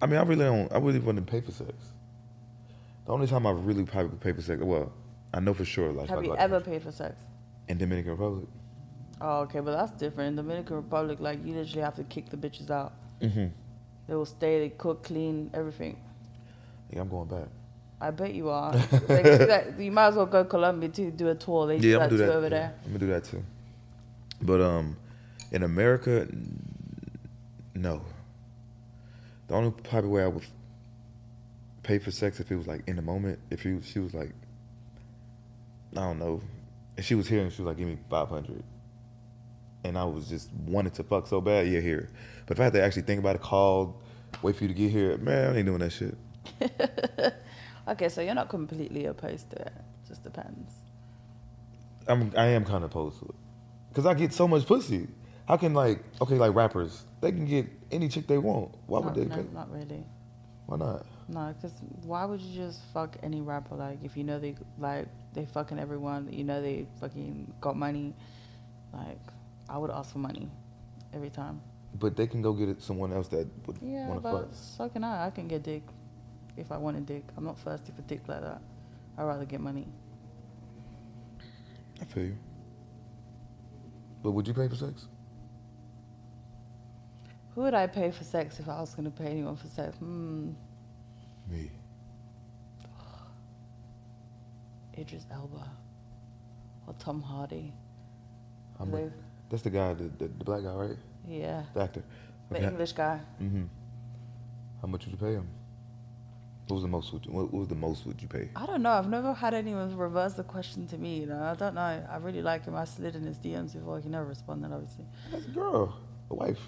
I mean, I really don't. I really wouldn't pay for sex. The only time I really probably paid for sex, well, I know for sure. Like, if I Have go you out to- ever paid for sex? in Dominican Republic? Oh, okay, but that's different. In Dominican Republic, like you literally have to kick the bitches out. Mm-hmm. They will stay, they cook, clean, everything. Yeah, I'm going back. I bet you are. like, like, you might as well go to Colombia to do a tour. They do Yeah, I'm that gonna too do that. over yeah, there. I'm gonna do that too. But um, in America, n- no. The only probably way I would pay for sex if it was like in the moment, if you she was like, I don't know, if she was here and she was like, give me five hundred, and I was just wanted to fuck so bad, yeah, here. But if I had to actually think about it, call, wait for you to get here, man, I ain't doing that shit. Okay, so you're not completely opposed to it. Just depends. I'm I am kind of opposed to it, cause I get so much pussy. How can like okay like rappers they can get any chick they want? Why would Not, they? no, pay? not really. Why not? No, because why would you just fuck any rapper? Like, if you know they like they fucking everyone, you know they fucking got money. Like, I would ask for money every time. But they can go get it someone else that would Yeah, want to fuck. but so can I. I can get dick if I want a dick. I'm not thirsty for dick like that. I'd rather get money. I feel you. But would you pay for sex? Who would I pay for sex if I was going to pay anyone for sex? Hmm, Me. Idris Elba or Tom Hardy. I'm They- like, that's the guy, the, the, the black guy, right? yeah, The actor. the English guy. Mm-hmm. How much would you pay him? What was the most? Would you, what what was the most would you pay? I don't know. I've never had anyone reverse the question to me. You know, I don't know. I really like him. I slid in his DMs before. He never responded, obviously. That's a girl, a wife.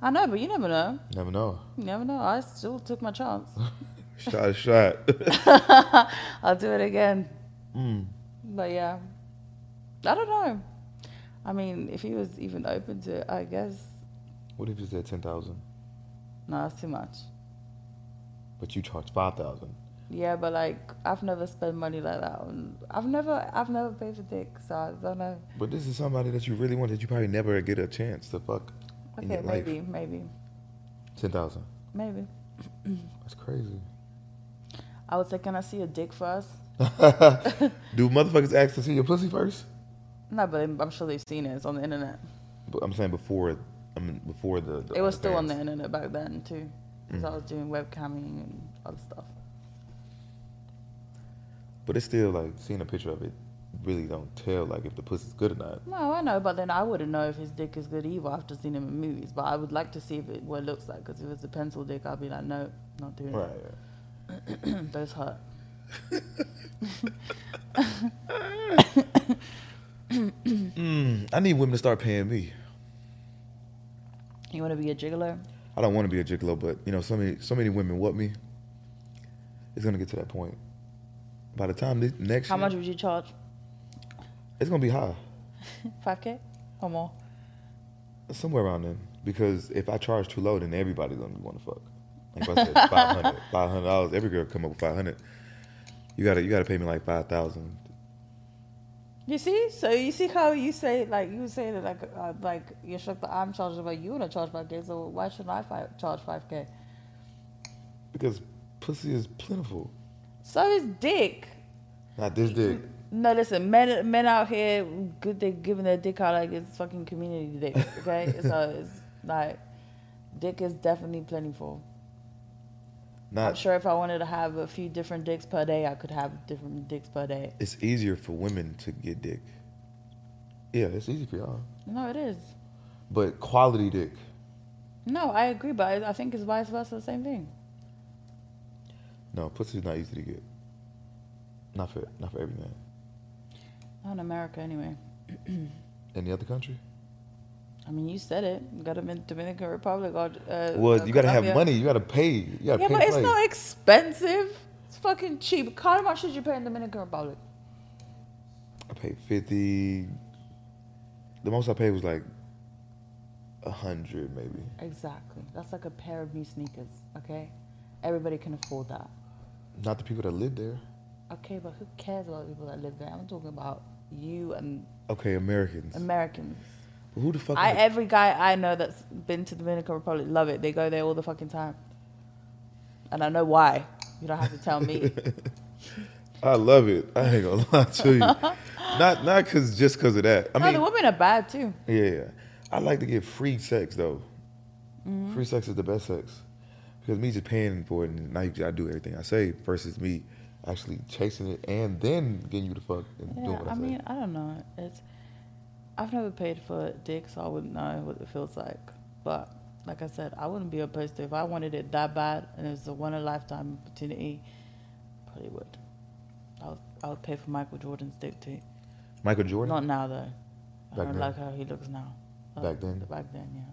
I know, but you never know. Never know. You never know. I still took my chance. Shot, a shot. I'll do it again. mm. But yeah, I don't know. I mean, if he was even open to it, I guess. What if you said ten thousand? No, that's too much. but you charge five thousand. Yeah, but like I've never spent money like that. On, I've never, I've never paid for dick, so I don't know. But this is somebody that you really want that you probably never get a chance to fuck. in Okay, your life. maybe, maybe, Ten thousand. maybe. That's crazy. I would say, can I see your dick first? Do motherfuckers ask to see your pussy first? No, but I'm I'm sure they've seen it. It's on the internet. But I'm saying before, I mean before the. the It was still on the OnlyFans. internet back then too, because Mm. I was doing webcamming and other stuff. But it's still like seeing a picture of it. Really don't tell like if the pussy's good or not. No, I know, but then I wouldn't know if his dick is good either. I've just seen him in movies, but I would like to see if it, what it looks like. Because if it's a pencil dick, I'd be like, no, not doing Right. it. Those hurt. Mm, I need women to start paying me. You want to be a gigolo? I don't want to be a gigolo, but you know, so many so many women want me. It's gonna get to that point. By the time this next How year, much would you charge? it's gonna be high. Five k or more? Somewhere around then. Because if I charge too low, then everybody's gonna want to fuck. Like if I said 500 500 dollars, every girl come up with five hundred. You gotta you gotta pay me like five thousand. You see, so you see how you say like you say that like uh, like you're shocked that I'm charging, but you want to charge five k. So why shouldn't I fi- charge five k? Because pussy is plentiful. So is dick. Not this dick. No, listen, men men out here, good they giving their dick out like it's fucking community dick. Okay, so it's like dick is definitely plentiful. I'm Not sure if I wanted to have a few different dicks per day, I could have different dicks per day. it's easier for women to get dick. Yeah, it's easy for y'all. No, it is. But quality dick. No, I agree, but I I think it's vice versa the same thing. No, pussy's not easy to get. Not for not for every man. Not in America, anyway. Any other country? I mean, you said it. You got them in Dominican Republic or uh, Well, uh, you gotta have Colombia. money. You gotta pay. You gotta Yeah, pay but it's play. not expensive. It's fucking cheap. How much did you pay in Dominican Republic? I paid fifty. The most I paid was like a hundred, maybe. Exactly. That's like a pair of new sneakers. Okay, everybody can afford that. Not the people that live there. Okay, but who cares about people that live there? I'm talking about you and Okay, Americans. Americans. Who the fuck? I is- every guy I know that's been to Dominican Republic love it. They go there all the fucking time, and I know why. You don't have to tell me. I love it. I ain't gonna lie to you. not not cause just cause of that. I no, mean, the women are bad too. Yeah, I like to get free sex though. Mm-hmm. Free sex is the best sex because me just paying for it and now you, I do everything I say versus me actually chasing it and then getting you the fuck and doing Yeah, what I, I say. mean, I don't know. It's I've never paid for dick, so I wouldn't know what it feels like. But like I said, I wouldn't be opposed to if I wanted it that bad and it was a one in a lifetime opportunity. Probably would. I would, I would pay for Michael Jordan's dick too. Michael Jordan. Not now though. Back I don't then? like how he looks now. Uh, Back then? Back then,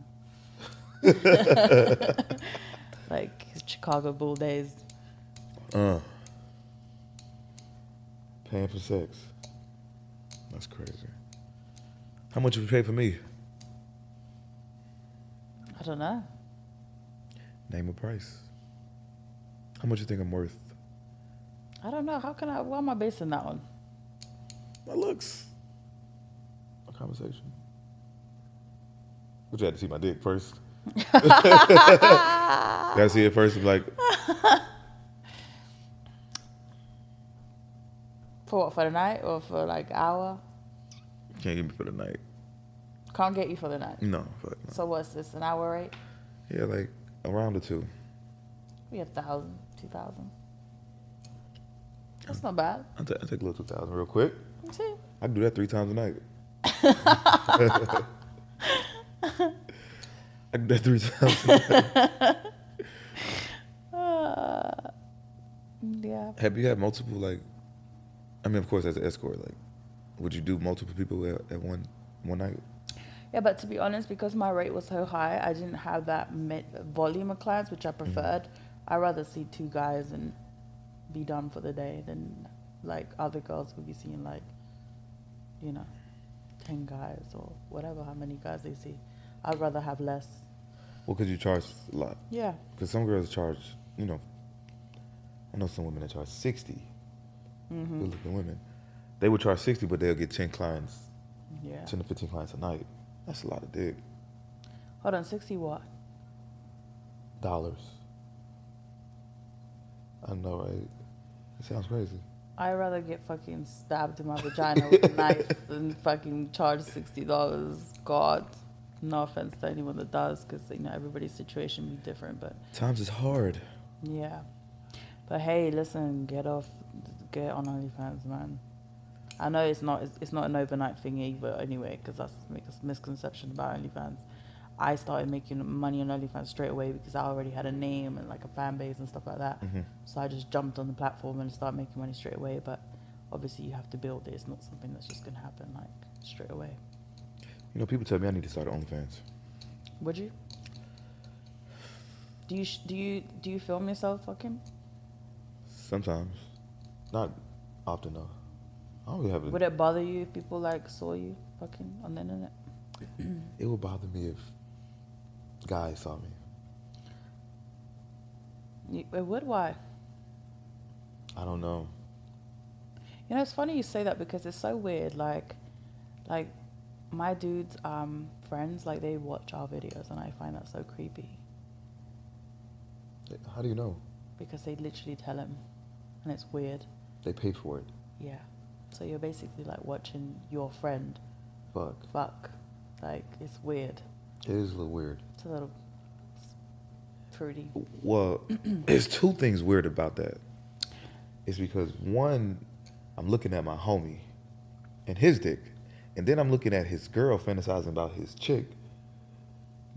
yeah. like his Chicago Bull days. Uh, paying for sex. That's crazy. How much would you pay for me? I don't know. Name a price. How much you think I'm worth? I don't know. How can I? Why am I basing that on? My looks. A conversation. But you had to see my dick first. Gotta see it first. I'm like, For what? For the night or for like hour? can't get me for the night. Can't get you for the night. No, fuck no. So what's this? An hour rate? Yeah, like around the two. We have thousand, two thousand. That's not bad. I'll, ta- I'll take a little 2000 real quick. You See, I can do that three times a night. I can do that three times. Uh, yeah. Have you had multiple, like, I mean, of course, as an escort, like, would you do multiple people at, at one one night? Yeah, but to be honest, because my rate was so high, I didn't have that mi- volume of clients, which I preferred. I'd rather see two guys and be done for the day than like other girls would be seeing like, you know, 10 guys or whatever, how many guys they see. I'd rather have less. Well, because you charge a lot. Yeah. Because some girls charge, you know, I know some women that charge 60. Good looking women. They would charge 60, but they'll get 10 clients, Yeah. 10 to 15 clients a night. That's a lot of dick. Hold on, 60 what? Dollars. I know, right? It sounds crazy. I'd rather get fucking stabbed in my vagina with a knife than fucking charge sixty dollars. God, no offense to anyone that does, because you know everybody's situation be different. But Times is hard. yeah, but hey, listen, get off, get on OnlyFans, man. I know it's not it's, it's not an overnight thing either, anyway, because that's a mis- misconception about OnlyFans. I started making money on OnlyFans straight away because I already had a name and like a fan base and stuff like that. So I just jumped on the platform and started making money straight away. But obviously, you have to build it. It's not something that's just gonna happen like straight away. You know, people tell me I need to start OnlyFans. Would you? Do you sh- do you do you film yourself fucking? Sometimes. Not often, though. I don't really have it. Would it bother you if people like saw you fucking on the internet? It would bother me if guys saw me. You, it would. Why? I don't know. You know, it's funny you say that because it's so weird. Like, like my dudes, um, friends, like they watch our videos, and I find that so creepy How do you know? because they literally tell him, and it's weird. They pay for it. Yeah. So you're basically like watching your friend Fuck. fuck. Like it's weird. It is a little weird. It's a little it's fruity. Well, there's two things weird about that. It's because one, I'm looking at my homie and his dick, and then I'm looking at his girl fantasizing about his chick,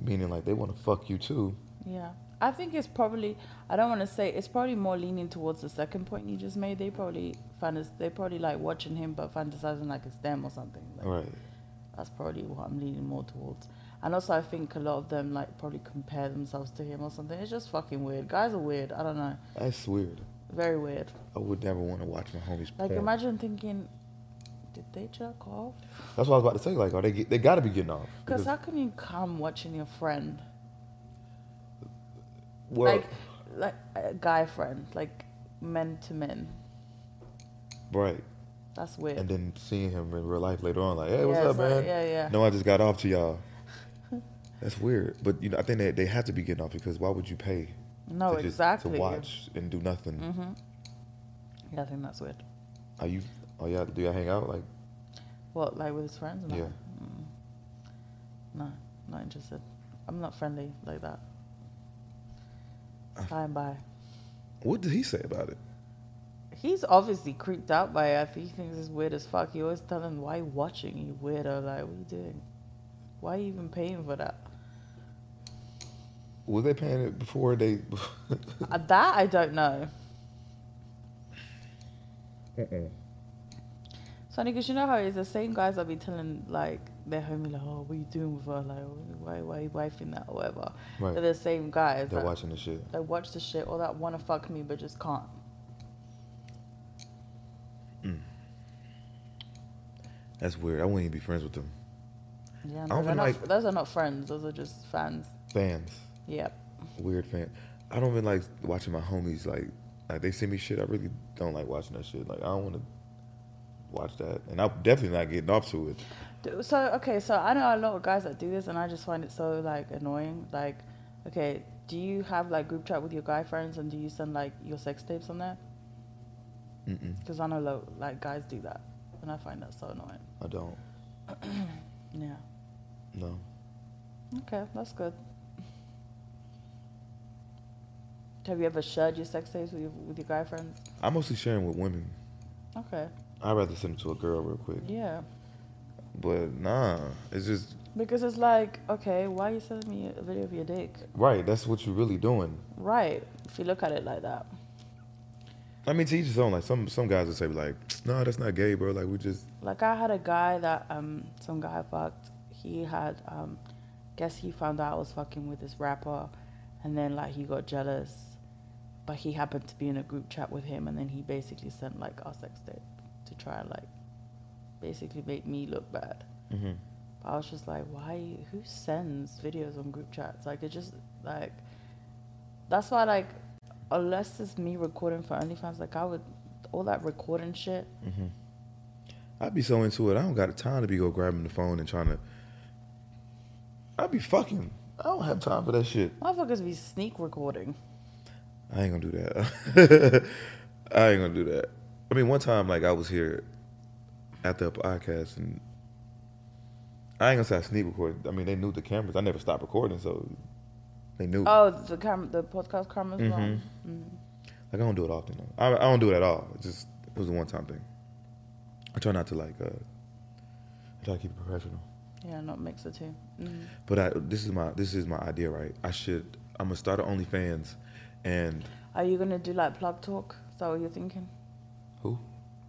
meaning like they want to fuck you too. Yeah. I think it's probably I don't want to say it's probably more leaning towards the second point you just made. They probably fantas they probably like watching him but fantasizing like it's them or something. Like, All right. That's probably what I'm leaning more towards. And also I think a lot of them like probably compare themselves to him or something. It's just fucking weird. Guys are weird. I don't know. That's weird. Very weird. I would never want to watch my homies Like porn. imagine thinking, did they jerk off? That's what I was about to say. Like, are they get, they gotta be getting off? Because how can you come watching your friend, well, like, like a guy friend, like men to men? right. That's weird. And then seeing him in real life later on, like, hey, what's Yeah, up, it's like- man? yeah, yeah. No, I just got off to y'all. That's weird. But you know, I think they they have to be getting off because why would you pay? no, to just- exactly. Mm-hmm. To watch and do nothing. Yeah, I think that's weird. Are you? Are y'all? Do y'all hang out? Like, What, like with his friends? No. Yeah. Mm. No, not interested. I'm not friendly like that. Ah. Bye and bye. what did he say about it? He's obviously creeped out by it. I think He thinks it's weird as fuck. You always tell him, why you watching, you weirdo? Like, what are you doing? Why are you even paying for that? Was they paying it before they? Uh, That I don't know. Sonny, because you know how it's the same guys that be telling like their homie like, oh, what you doing with her? Like, why, why you wifing that or whatever? Right. They're the same guys They're that watch. watching the shit. that watch the shit or that want to fuck me but just can't. That's weird. I wouldn't even be friends with them. Yeah, I no, don't they're even not, like- those are not friends. Those are just fans. Fans. Yep. Weird fan. I don't even like watching my homies like like they send me shit. I really don't like watching that shit. Like I don't want to watch that, and I'm definitely not getting off to it. Do- So okay, so I know a lot of guys that do this, and I just find it so like annoying. Like, okay, do you have like group chat with your guy friends, and do you send like your sex tapes on there? Mm-mm, Because I know lo- like guys do that, and I find that so annoying. I don't. Yeah. No. Okay, that's good. Have you ever shared your sex tapes with your, with your guy friends? I'm mostly sharing with women. Okay. I'd rather send it to a girl real quick. Yeah. But nah, it's just Because it's like, okay, why are you sending me a video of your dick? right. That's what you're really doing. Right. If you look at it like that. I mean, to each his own. Like some some guys would say like, no, that's not gay, bro. Like we just Like I had a guy that um some guy I fucked. He had um guess he found out I was fucking with this rapper and then like he got jealous. But he happened to be in a group chat with him and then he basically sent like our sex tape to try and like basically make me look bad. Mhm. But I was just like, why who sends videos on group chats? Like it just like that's why like unless it's me recording for OnlyFans, like I would all that recording shit I'd be so into it. I don't got the time to be go grabbing the phone and trying to. I'd be fucking. I don't have time for that shit. Motherfuckers be sneak recording. I ain't gonna do that. I ain't gonna do that. I mean, one time, like, I was here after a podcast, and I ain't gonna say I sneak recorded. I mean, they knew the cameras. I never stopped recording, so they knew. Oh, the cam, the podcast cameras mm wrong. Like, I don't do it often, though. I, I don't do it at all. It just, it was a one time thing. I try not to, like, uh, I try to keep it professional. Yeah, not mix the two. Mm. But I, this is my this is my idea, right? I should I'm gonna start an OnlyFans, and Are you gonna do like plug talk? Is that what you're thinking? who?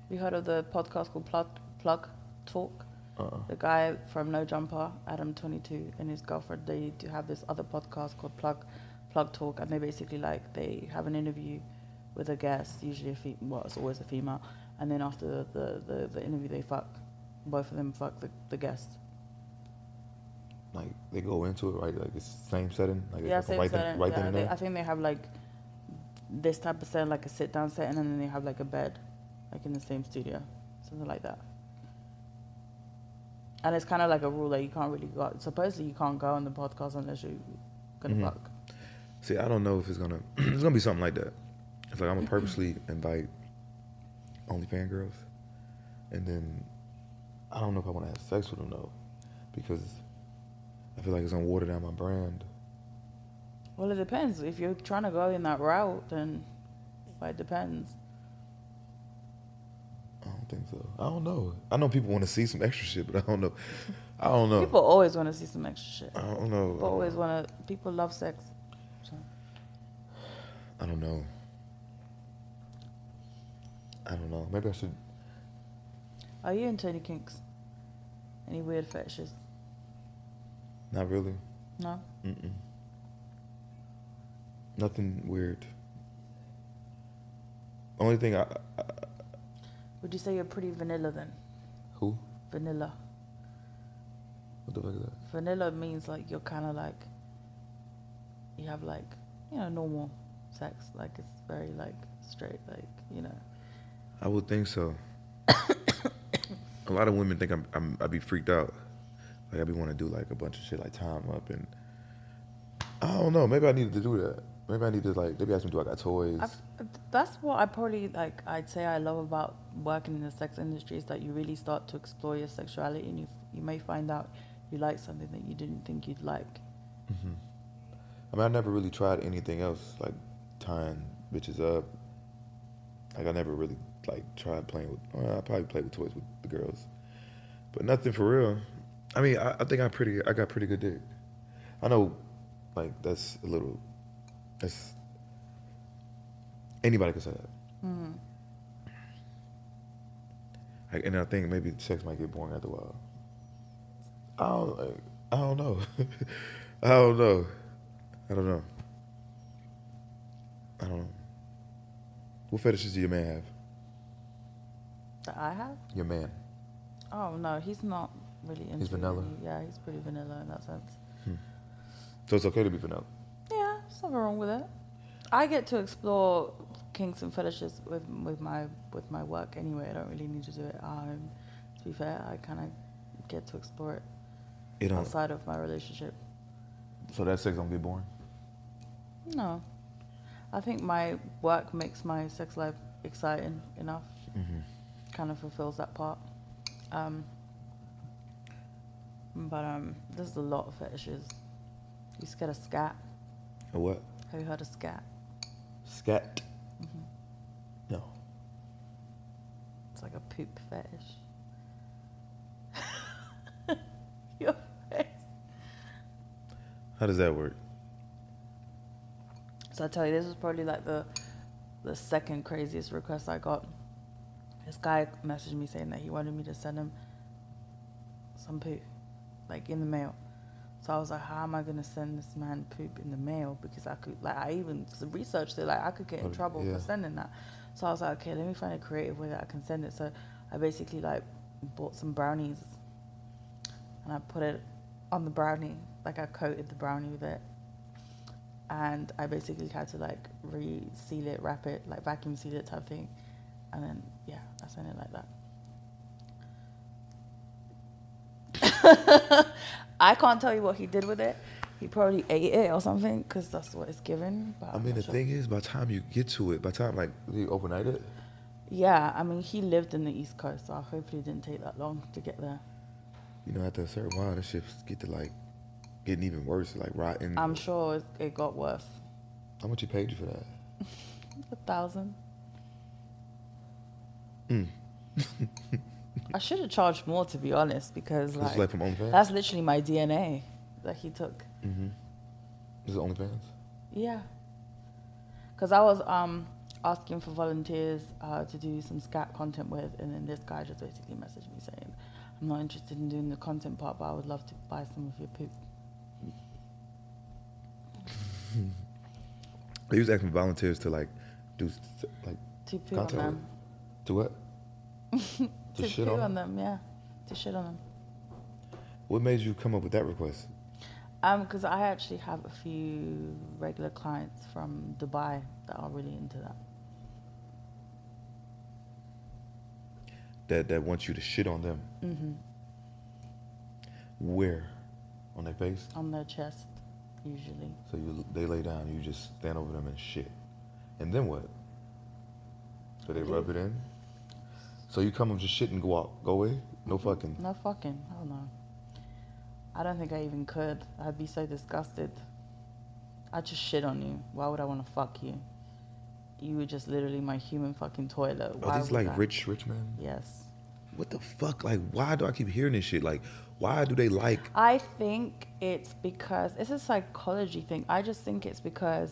You heard of the podcast called Plug Plug Talk? Uh-uh. The guy from No Jumper, Adam Twenty Two, and his girlfriend they do have this other podcast called Plug Plug Talk, and they basically like they have an interview with a guest, usually a fe- well, it's always a female, and then after the the, the, the interview they fuck. Both of them fuck the, the guest. Like they go into it, right? Like it's same setting. Like Yeah, it's like same right setting. then, right yeah, then and they, there. I think they have like this type of setting, like a sit down setting, and then they have like a bed, like in the same studio, something like that. And it's kind of like a rule that you can't really go. Supposedly, you can't go on the podcast unless you're gonna Mhm. fuck. See, I don't know if it's gonna it's gonna be something like that. It's like I'm gonna purposely invite OnlyFans girls, and then I don't know if I want to have sex with them though, because I feel like it's gonna water down my brand. Well, it depends. If you're trying to go in that route, then well, it depends. I don't think so. I don't know. I know people want to see some extra shit, but I don't know. I don't know. People always want to see some extra shit. Oh. I don't know. People always want to. People love sex. So. I don't know. I don't know. Maybe I should. Are you into any kinks? Any weird fetishes? Not really. No? Mm-mm. Nothing weird. Only thing I, I Would you say you're pretty vanilla then? who? Vanilla. What the fuck is that? Vanilla means like you're kind of like, you have like, you know, normal sex. Like it's very like straight, like, you know. I would think so. a lot of women think I'm, I'm I'd be freaked out. Like I'd be want to do like a bunch of shit like time up and I don't know. Maybe I needed to do that. Maybe I need to like maybe ask me do I got toys. I've, that's what I probably like. I'd say I love about working in the sex industry is that you really start to explore your sexuality, and you you may find out you like something that you didn't think you'd like. I mean I never really tried anything else like tying bitches up. Like I never really like tried playing with. Well, I probably played with toys with the girls, but nothing for real. I mean I, I think I pretty I got pretty good dick. I know, like that's a little. That's anybody could say that. Like, and I think maybe sex might get boring after a while. I don't. Like, I don't know. I don't know. I don't know. I don't know. What fetishes do your man have? That I have? Your man. Oh no, he's not really into. vanilla? Yeah, he's pretty vanilla in that sense. So it's okay to be vanilla. Yeah, there's nothing wrong with it. I get to explore kinks and fetishes with with my with my work anyway. I don't really need to do it at home. To be fair, I kind of get to explore it It don't. outside of my relationship. So that sex don't get boring. No. I think my work makes my sex life exciting enough. Kind of fulfills that part. Um, but um, there's a lot of fetishes. You scared of scat? A what? Have you heard of scat? Scat. No. It's like a poop fetish. Your face. How does that work? So I tell you, this was probably like the the second craziest request I got. This guy messaged me saying that he wanted me to send him some poop, like in the mail. So I was like, how am I gonna send this man poop in the mail? Because I could, like, I even researched it, like, I could get in Oh, trouble yeah. for sending that. So I was like, okay, let me find a creative way that I can send it. So I basically like bought some brownies, and I put it on the brownie, like I coated the brownie with it, and I basically had to like re-seal it, wrap it, like vacuum seal it type thing, and then yeah, I sent it like that. I can't tell you what he did with it. He probably ate it or something because that's what it's given. But I I'm mean, not the sure. thing is, by the time you get to it, by the time like you overnight it, Yeah, I mean, he lived in the East Coast, so I hopefully it didn't take that long to get there. you know, after a certain while, this shit get to like getting even worse, like rotten. I'm sure it, it got worse. How much you paid you for that? A thousand. Mm. I should have charged more, to be honest, because This like, is like from OnlyFans. that's literally my DNA that he took. Mm-hmm. This is OnlyFans. Yeah. Because I was um asking for volunteers uh, to do some scat content with, and then this guy just basically messaged me saying, "I'm not interested in doing the content part, but I would love to buy some of your poop." They was asking volunteers to like do s- like To poo on Content with- them. do what? To, poo on, them, yeah. To shit on them. What made you come up with that request? Um, because I actually have a few regular clients from Dubai that are really into that. That that wants you to shit on them. Mm-hmm. Where? On their face. on their chest, usually. So you they lay down. You just stand over them and shit. And then what? So they rub it in. So you come up just shit and go out, go away. No fucking. No fucking, hell no. I don't think I even could. I'd be so disgusted. I just shit on you. Why would I want to fuck you? You were just literally my human fucking toilet. Why Are these would like I- rich rich men? Yes. What the fuck? Like why do I keep hearing this shit? Like why do they like? I think it's because it's a psychology thing. I just think it's because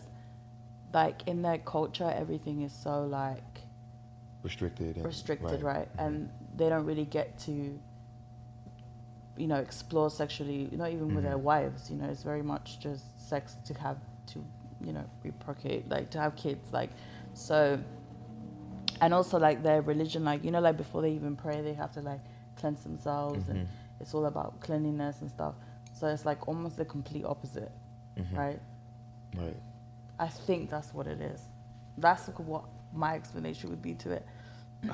like in their culture, everything is so like Restricted. And, restricted, right? And they don't really get to, you know, explore sexually, not even with their wives, you know, it's very much just sex to have, to, you know, procreate, like to have kids, like, so, and also like their religion, like, you know, like before they even pray, they have to like cleanse themselves and it's all about cleanliness and stuff. So it's like almost the complete opposite, right? Right. I think that's what it is. That's what my explanation would be to it.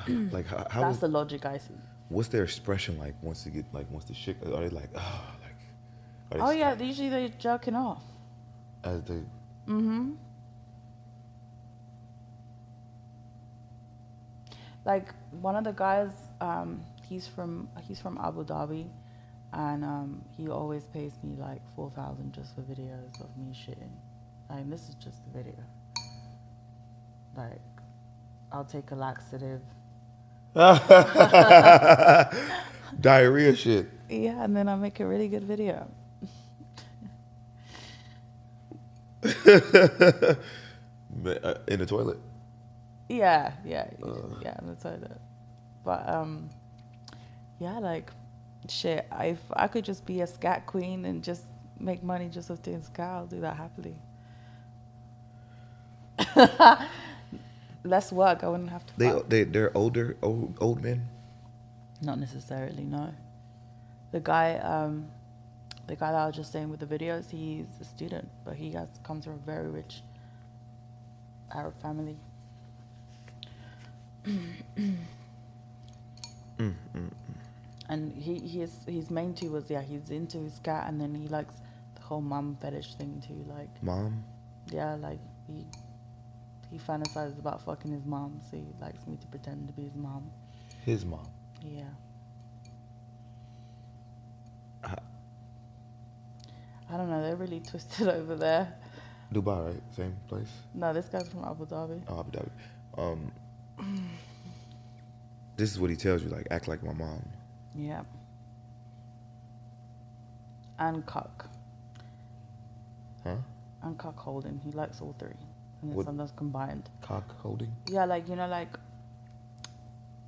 like how, how That's was- the logic I see. what's their expression like once you get like once the shit are they like ah like are Oh they yeah, usually they're jerking off. as they Like one of the guys, um, he's from he's from Abu Dhabi, and um, he always pays me like four thousand just for videos of me shitting. Like this is just the video. Like, I'll take a laxative. diarrhea shit Yeah, and then I'll make a really good video. Ma- uh, in the toilet Yeah, yeah, yeah, in the toilet. But um, yeah, like shit. I- If I could just be a scat queen and just make money just off doing scat, I'll do that happily. Less work. I wouldn't have to. they fuck. they they're older old old men Not necessarily. No. The guy, um, the guy that I was just saying with the videos, he's a student, but he has comes from a very rich Arab family. and he his his main two was yeah he's into his cat and then he likes the whole mum fetish thing too like mom yeah like he he fantasizes about fucking his mom so he likes me to pretend to be his mom his mom yeah Uh. I don't know they're really twisted over there Dubai right same place no this guy's from Abu Dhabi oh, Abu Dhabi um this is what he tells you like act like my mom yeah and cock huh and cock holding he likes all three and then What- sometimes combined cock holding Yeah, like you know, like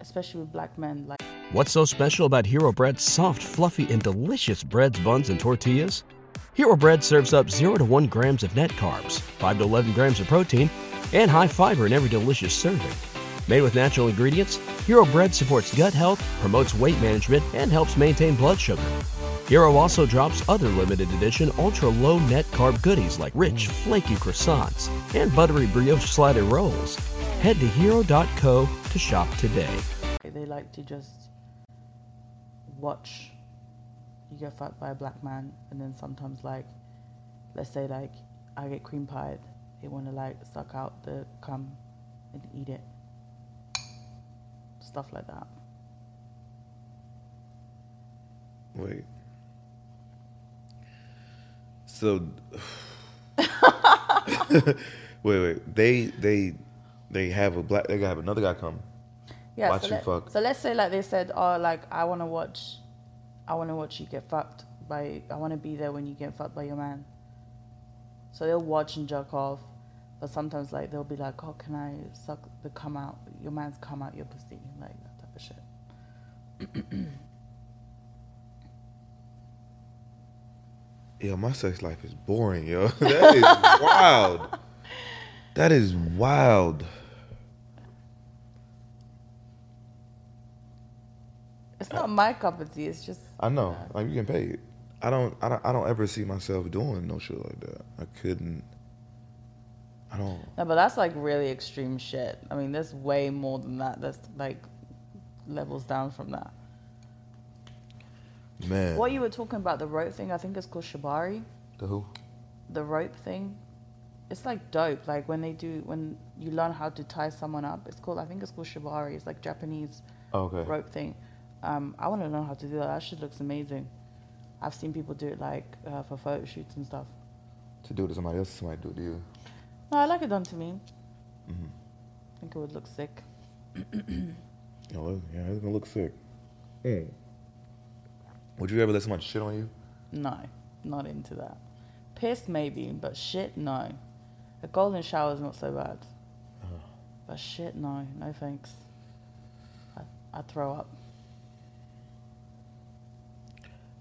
especially with black men, like What's so special about Hero Bread's soft, fluffy, and delicious breads, buns, and tortillas? Hero Bread serves up 0 to 1 grams of net carbs, 5 to 11 grams of protein, and high fiber in every delicious serving. Made with natural ingredients, Hero Bread supports gut health, promotes weight management, and helps maintain blood sugar. Hero also drops other limited edition ultra low net carb goodies like rich, flaky croissants and buttery brioche slider rolls. Head to hero.co to shop today. they like to just watch you get fucked by a black man, and then sometimes like, let's say like I get cream pied, they want to like suck out the cum and eat it, stuff like that. Wait. So wait, wait. They they they have a black they gotta have another guy come. Yeah, Watch so, you let, fuck. so let's say like they said, oh, like I want to watch, I want to watch you get fucked by, I want to be there when you get fucked by your man. So they'll watch and jerk off, but sometimes like they'll be like, oh, can I suck the cum out, your man's cum out your pussy, like that type of shit. Yo, my sex life is boring, yo. That is wild. That is wild. It's not my cup of tea. It's just I know. Like you can pay it. I don't I don't I don't ever see myself doing no shit like that. I couldn't I don't no, but that's like really extreme shit. I mean, there's way more than that. That's like levels down from that. man. What you were talking about the rope thing, I think it's called shibari. the who? the rope thing. It's like dope. Like when they do when you learn how to tie someone up. It's called I think it's called shibari. It's like Japanese Oh, Okay. rope thing. Um, I want to learn how to do that. That shit looks amazing. I've seen people do it like uh, for photo shoots and stuff. To do it to somebody else, somebody do it to you. No, I like it done to me. I think it would look sick. Oh, that- yeah, it's gonna look sick. Would you ever let someone shit on you? No, not into that. Piss maybe, but shit no. A golden shower's not so bad. But shit, no, no thanks. I, I throw up.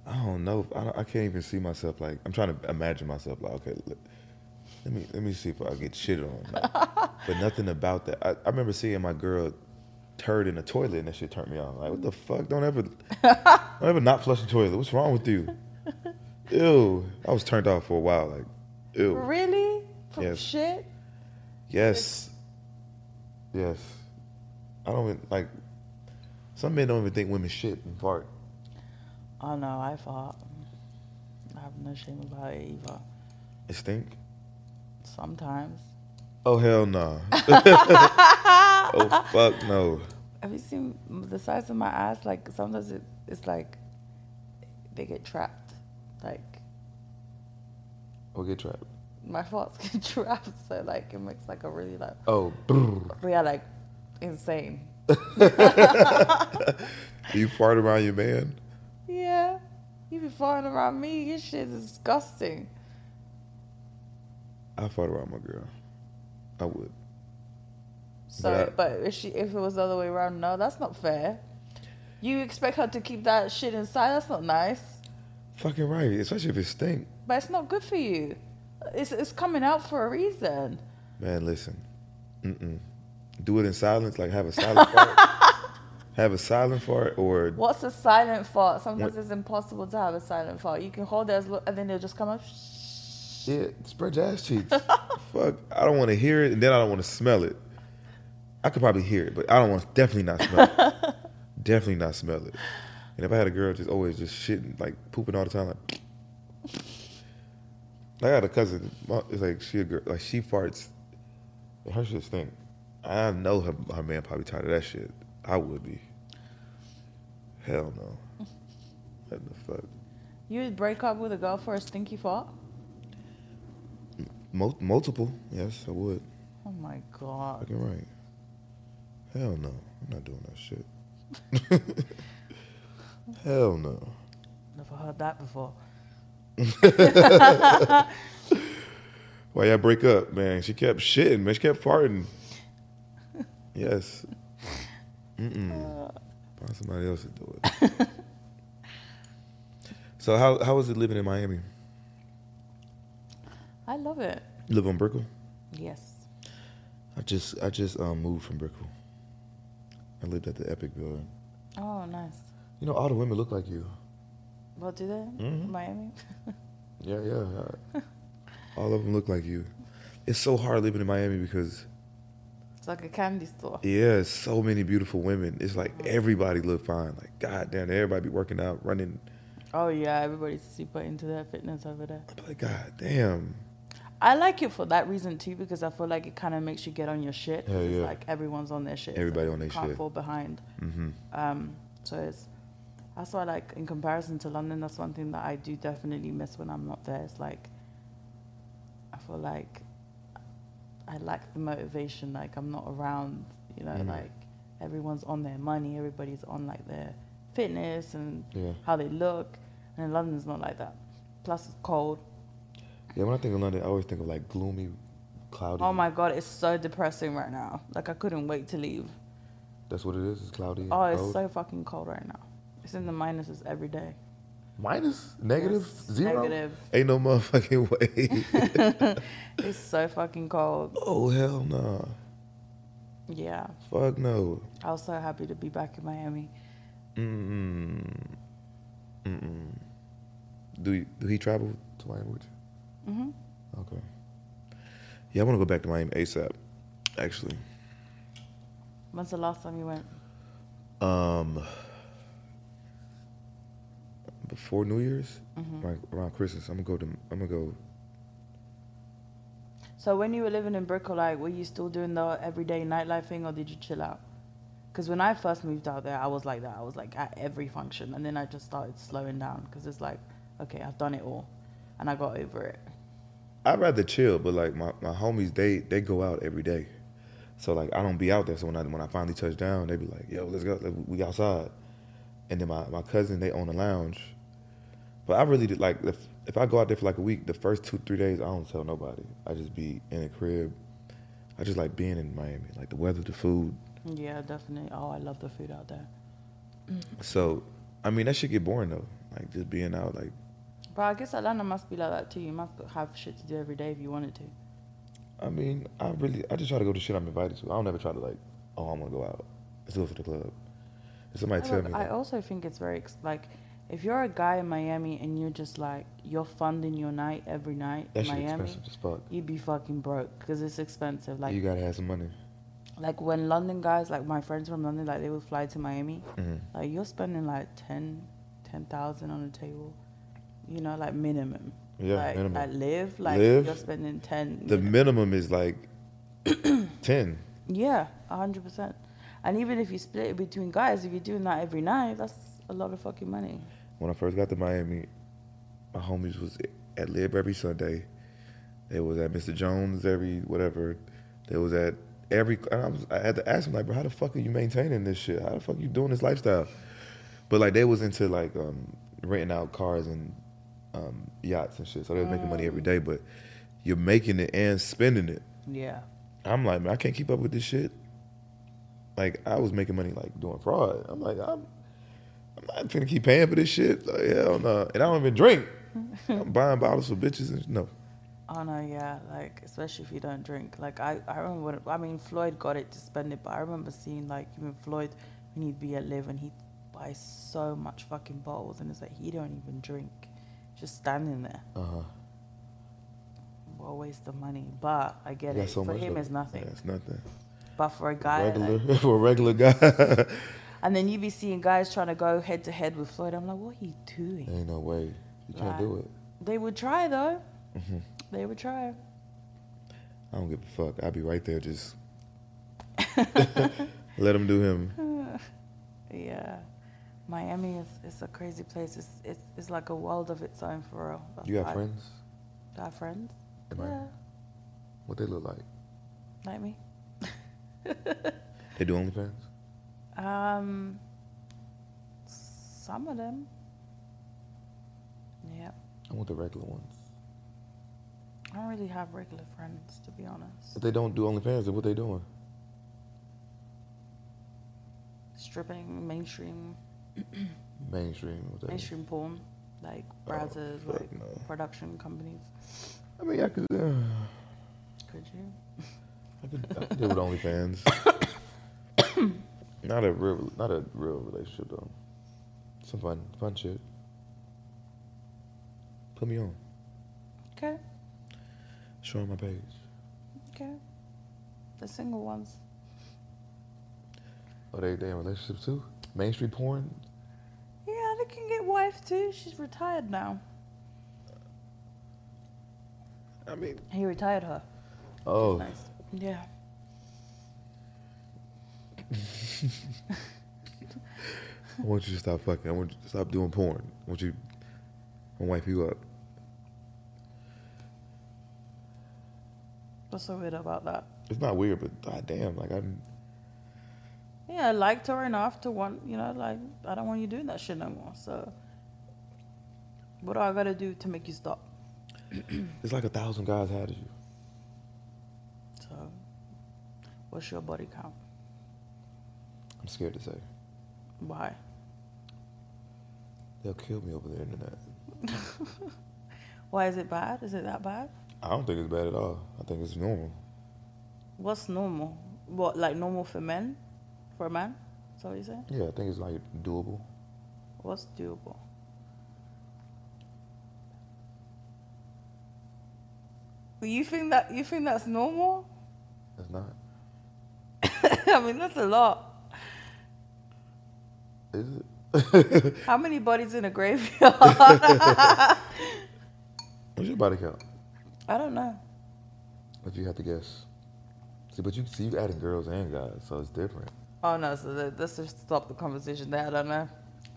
I don't know. I, don't- I can't even see myself like. I'm trying to imagine myself like. Okay, let, let me let me see if I get shit on. like, but nothing about that. I, I remember seeing my girl turd in the toilet, and that shit turned me on. Like, what the fuck? Don't ever, don't ever not flush the toilet. What's wrong with you? Ew. I was turned off for a while. Like, ew. Really? From Yes. shit? Yes. Yes. I don't even, like. Some men don't even think women shit and fart. Oh no, I fart. I have no shame about it either. It stink. Sometimes. Oh hell no. oh fuck no. Have you seen m- the size of my eyes? Like sometimes it, it's like they get trapped. Like Or get trapped. my farts get trapped, so like it makes like a really like Oh, brrr. yeah, like insane. you fart around your man. Yeah, you be farting around me. Your shit is disgusting. I fart around my girl. I would. So, But- but if she if it was the other way around, no, that's not fair. You expect her to keep that shit inside? That's not nice. Fucking right, especially if it stink. But it's not good for you. It's it's coming out for a reason. Man, listen. Mm-mm. Do it in silence. Like have a silent fart. Have a silent fart, or What's a silent fart? Sometimes What- it's impossible to have a silent fart. You can hold it as lo- and then it'll just come up. yeah, spread your ass cheeks. Fuck, I don't want to hear it, and then I don't want to smell it. I could probably hear it, but I don't want definitely not smell it. definitely not smell it. And if I had a girl just always just shitting, like pooping all the time, like I got a cousin. my- It's like she a girl, like she farts. Her shit stink. I know her, her man probably tired of that shit. I would be. Hell no. What the fuck? You would break up with a girl for a stinky fart? Mul- multiple. Yes, I would. Oh my god. Fucking right. Hell no. I'm not doing that shit. Hell no. Never heard that before. Why y'all break up, man? She kept shitting, man. She kept farting. Yes. Uh. Mm-mm. Find somebody else to do it. so how how is it living in Miami? I love it. You live on Brickell? Yes. I just I just um, moved from Brickell. I lived at the Epic building. Oh, nice. You know, all the women look like you. What do they? Mm-hmm. Miami? Yeah, yeah. yeah. All of them look like you. It's so hard living in Miami because it's like a candy store. yeah, it's so many beautiful women. It's like everybody look fine. Like goddamn, everybody be working out, running. Oh yeah, everybody's super into their fitness over there. I'm like god damn. I like it for that reason too because I feel like it kind of makes you get on your shit. 'cause Hell it's yeah. Like everyone's on their shit. so Everybody you on their Can't shit. fall behind. Mm-hmm. Um, so it's that's why like in comparison to London, that's one thing that I do definitely miss when I'm not there. It's like I feel like I lack the motivation. Like I'm not around. You know, Mm-hmm. like everyone's on their money. Everybody's on like their fitness and Yeah. how they look. And in London's not like that. Plus it's cold. Yeah, when I think of London, I always think of like gloomy, cloudy. Oh my god, it's so depressing right now. Like I couldn't wait to leave. That's what it is. It's cloudy. and Oh, it's cold. so fucking cold right now. It's in the minuses every day. minus negative Yes, zero. negative. Ain't no motherfucking way. It's so fucking cold. oh hell no. Yeah. Fuck no. I was so happy to be back in Miami. Do you, do he travel to Miami with you? Mm-hmm. Okay. Yeah, I want to go back to Miami ASAP. Actually, When's the last time you went? um, before New Year's, like around Christmas, I'm gonna go to I'm gonna go. So when you were living in Brickell, like were you still doing the everyday nightlife thing or did you chill out? Because when I first moved out there, I was like that. I was like at every function, and then I just started slowing down because it's like, okay, I've done it all, and I got over it. I'd rather chill, but like my, my homies, they they go out every day, so like I don't be out there. So when I when I finally touch down, they be like, "Yo, let's go, let- we outside." And then my, my cousin, they own a lounge, but I really did like the, if I go out there for like a week, the first two three days I don't tell nobody. I just be in a crib. I just like being in Miami, like the weather, the food. Yeah, definitely. Oh, I love the food out there. So, I mean that shit get boring though. Like just being out, like But I guess Atlanta must be like that too. You must have shit to do every day if you wanted to. I mean, I really, I just try to go to shit I'm invited to. I don't ever try to like, oh, I'm gonna go out. Let's go to the club. If somebody tell Look, me, I like, also think it's very ex- like if you're a guy in Miami and you're just like you're funding your night every night that in shit Miami, expensive as fuck. you'd be fucking broke because it's expensive. Like you gotta have some money. like when London guys, like my friends from London, like they would fly to Miami. Mm-hmm. Like you're spending like 10, 10,000 on a table, you know, like minimum. Yeah, like, minimum. Like live, like Live. you're spending ten. The minimum. minimum is like ten. Yeah, a hundred percent. And even if you split it between guys, if you're doing that every night, that's a lot of fucking money. When I first got to Miami, my homies was at Lib every Sunday. They was at Mr. Jones every whatever. They was at every. And I, was, I had to ask them like, bro, how the fuck are you maintaining this shit? How the fuck you doing this lifestyle? But like they was into like um, renting out cars and um, yachts and shit, so they was making money every day. But you're making it and spending it. Yeah. I'm like, man, I can't keep up with this shit. Like, I was making money like doing fraud. I'm like, I'm, I'm not gonna keep paying for this shit. Like, hell no. And I don't even drink. I'm buying bottles for bitches and no. Oh no, yeah, like especially if you don't drink. Like I, I remember when I mean Floyd got it to spend it, but I remember seeing like even Floyd when he'd be at Live and he'd buy so much fucking bottles and it's like he don't even drink. Just standing there. Uh huh. What a waste of money. But I get it. for him it's nothing. That's nothing. But for a guy like- regular for a regular guy. and then you be seeing guys trying to go head to head with Floyd. I'm like, what are you doing? Ain't no way. You can't Right. do it. They would try though. They would try. I don't give a fuck. I'll be right there. Just let him do him. Yeah. Miami is, is a crazy place. It's, it's it's like a world of its own for real. That's You why- got friends? Do I have friends? In yeah. Miami? What they look like? Like me. They do OnlyFans? Um some of them. Yeah. I want the regular ones. I don't really have regular friends to be honest. If they don't do OnlyFans, then what they doing? Stripping mainstream Mainstream. What that mean? mainstream porn. Like browsers, Oh, fuck like no. production companies. I mean, I could, uh, Could you? I could, I could deal with OnlyFans. not a real, not a real relationship though. Some fun, fun shit. Put me on. Okay. Show 'em my page. Okay. The single ones. Oh, they they in relationships too. Main Street porn. Yeah, they can get wife too. She's retired now. I mean, He retired her. oh, Nice. Yeah. I want you to stop fucking. I want you to stop doing porn. I want you, I wipe you up. What's so weird about that? It's not weird, but god damn, like I'm. Yeah, I liked her enough to want, you know, like, I don't want you doing that shit no more. So, what do I gotta do to make you stop? It's like a thousand guys had you. So, what's your body count? I'm scared to say. Why? They'll kill me over the internet. Why is it bad? Is it that bad? I don't think it's bad at all. I think it's normal. What's normal? What, like normal for men? For a man? Is that what you say? Yeah, I think it's like doable. What's doable? You think that you think that's normal? It's not. I mean, that's a lot. Is it? How many bodies in a graveyard? I What's your body count? don't know. If you had to guess. See, but you see, you adding girls and guys, so it's different. Oh no! So th- let's just stop the conversation there. I don't know.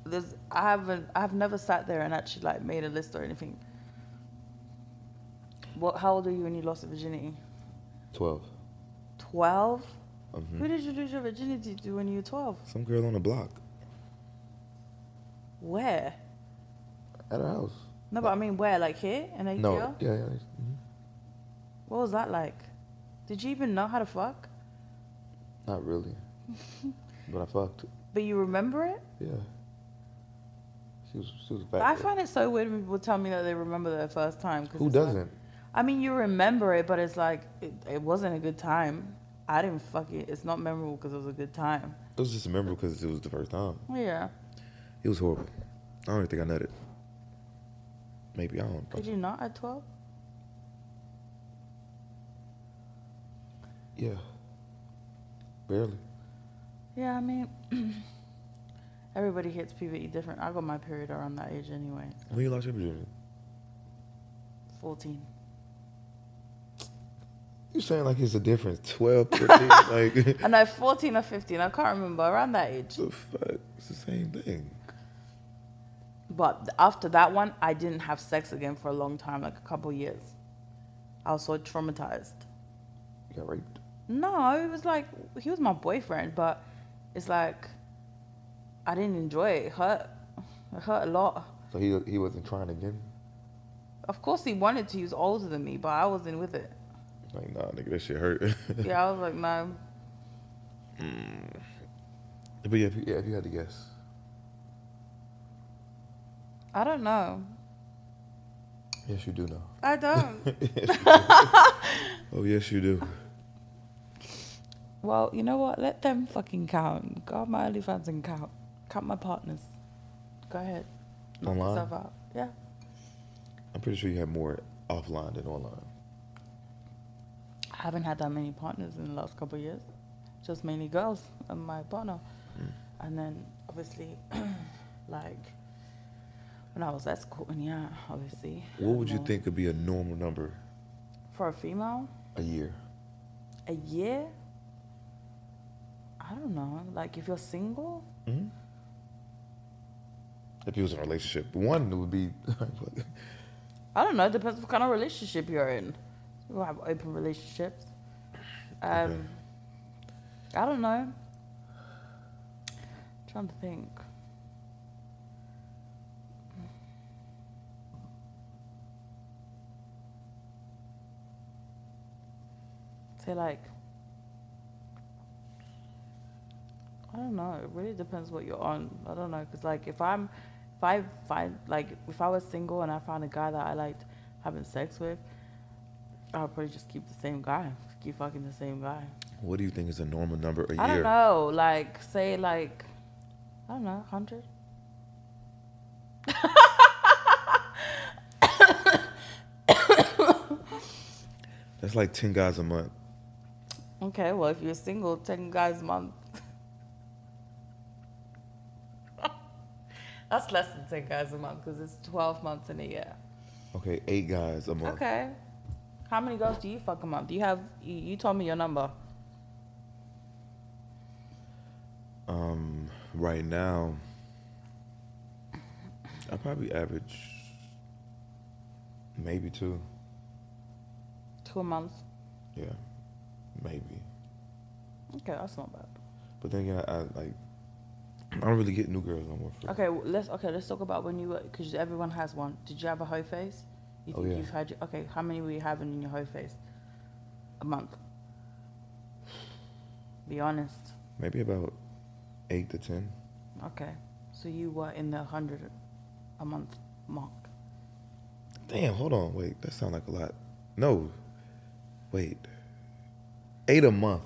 There's, I haven't. I've never sat there and actually like made a list or anything. What? How old are you when you lost your virginity? 12 12 Mhm. Who did you lose your virginity to when you were twelve? Some girl on the block Where? at her house. No, but I mean, where? Like here in ATL? No, yeah, yeah. mhm. What was that like? Did you even know how to fuck? Mm-hmm. Not really. but I fucked. But you remember it? Yeah. She was she was a But fat. I girl. find it so weird when people tell me that they remember their first time. 'cause Who it's like- doesn't? I mean, you remember it, but it's like, it, it wasn't a good time. I didn't fuck it. It's not memorable because it was a good time. It was just memorable because it was the first time. Yeah. It was horrible. I don't even think I nutted. Maybe I don't. Did you not at 12? Yeah. Barely. Yeah, I mean, everybody hits puberty different. I got my period around that age anyway. When you lost your virginity? 14. You saying like it's a difference? 12, 13, like I know, 14 or 15. I can't remember. Around that age. the fuck? It's the same thing. But after that one, I didn't have sex again for a long time, like a couple years. I was so traumatized. You got raped. No, it was like he was my boyfriend, but it's like I didn't enjoy it. It hurt. It hurt a lot. So he he wasn't trying again. Of course, he wanted to. He was older than me, but I wasn't with it. Like nah, nigga, that shit hurt. Yeah, I was like, no. Mm. But yeah, if you, yeah, if you had to guess, I don't know. yes, you do know. I don't. Oh yes, you do. well, you know what? Let them fucking count. Go on my OnlyFans and count. Count my partners. Go ahead. Knock Online? yourself out. Yeah. I'm pretty sure you had more offline than online. I haven't had that many partners in the last couple of years. Just mainly girls and my partner. Mm. And then obviously, like when I was at school, and yeah, obviously. What would you more- think would be a normal number For a female, a year? a year? I don't know. Like if you're single, If you was in a relationship, one it would be. I don't know. It depends what kind of relationship you're in. People have open relationships. Um, I don't know. trying to think. Say like. I don't know. It really depends what you're on. I don't know, cause like if I'm, if I find like if I was single and I found a guy that I liked having sex with, I'll probably just keep the same guy, keep fucking the same guy. what do you think is a normal number a I don't year? know. Like say like, I don't know, hundred. That's like ten guys a month. Okay, well if you're single, ten guys a month. That's less than ten guys a month, cause it's twelve months in a year. Okay, eight guys a month. Okay. How many girls do you fuck a month? Do you have? You, you told me your number. Um, right now, I probably average maybe two. Two a month. Yeah, maybe. Okay, that's not bad. But then again, I, I like I don't really get new girls no more. For Okay, w- let's okay let's talk about when you were because everyone has one. Did you have a hoe face? You Oh, think yeah. you've had your, okay? How many were you having in your hoe face? A month. Be honest. maybe about eight to ten. Okay, so you were in the hundred a month mark. Damn, hold on, wait, that sounds like a lot. No, wait, eight a month.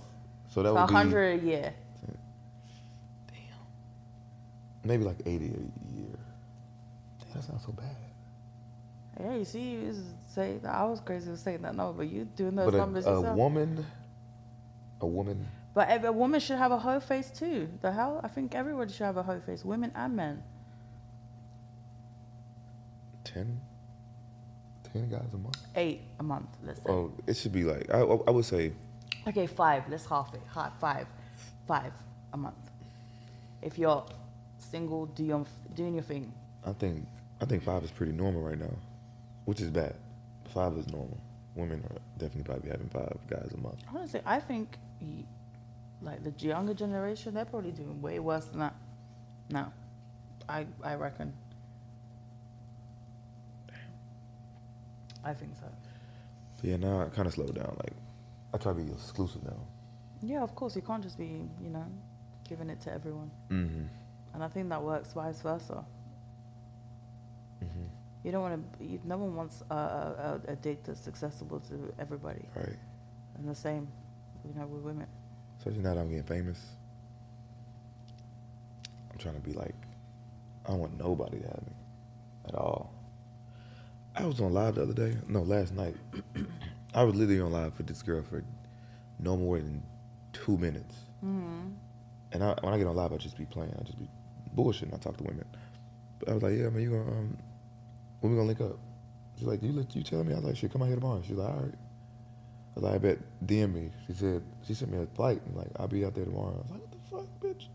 So that So would be hundred a year. maybe like eighty a year. Damn, that sounds so bad. Yeah, you see, you used to say that I was crazy for saying that number, but you doing those but numbers a, a yourself. woman, a woman. But ev- a woman should have a hoe face too. The hell? I think everyone should have a hoe face, women and men. 10, 10 guys a month. Eight a month, let's say. Oh, it should be like I, I I would say Okay, five. Let's half it. Half five, five a month. If you're single, do your, doing your thing. I think I think five is pretty normal right now, which is bad. Five is normal. Women are definitely probably having five guys a month. Honestly, I think y- like the younger generation, they're probably doing way worse than that. No, I I reckon. I think so. But yeah, now I kind of slowed down. Like, I try to be exclusive now. Yeah, of course. You can't just be, you know, giving it to everyone. Mm-hmm. And I think that works vice versa. Mhm. You don't want to, no one wants a, a, a date that's accessible to everybody. Right. And the same, you know, with women. Especially now that I'm getting famous. I'm trying to be like, I don't want nobody to have me at all. I was on live the other day. No, last night. I was literally on live for this girl for no more than two minutes. And I, when I get on live, I just be playing. I just be bullshitting. I talk to women. But I was like, yeah, man, you gonna, um, when we gonna link up? She's like, you, let- you telling me? I was like, shit, come out here tomorrow. She's like, all right. I was like, I bet DM me. She said, she sent me a flight. And like, I'll be out there tomorrow. I was like, what the fuck, bitch?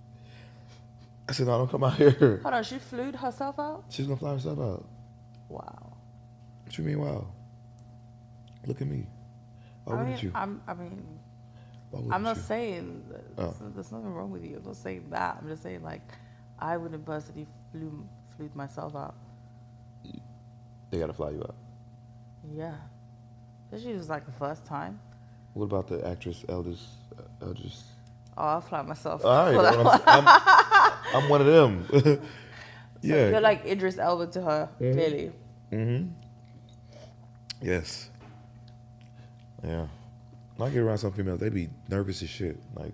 I said, no, don't come out here. Hold on, she flew herself out? She's gonna fly herself out. Wow. What you mean, wow? Look at me. Why I wouldn't Oh, you? mean, I'm, I mean, Why wouldn't I'm not you? saying that Oh. there's- there's nothing wrong with you. I'm not saying that. I'm just saying like, I wouldn't personally flew, flew myself out. They gotta fly you out. Yeah. Especially it was like the first time. What about the actress, eldest, uh, eldest? Oh, I'll fly myself. All for that right, I'm, I'm, I'm one of them. So yeah. You're like Idris Elba to her, really. Mm-hmm. Yes. Yeah. When I get around some females, they be nervous as shit. Like,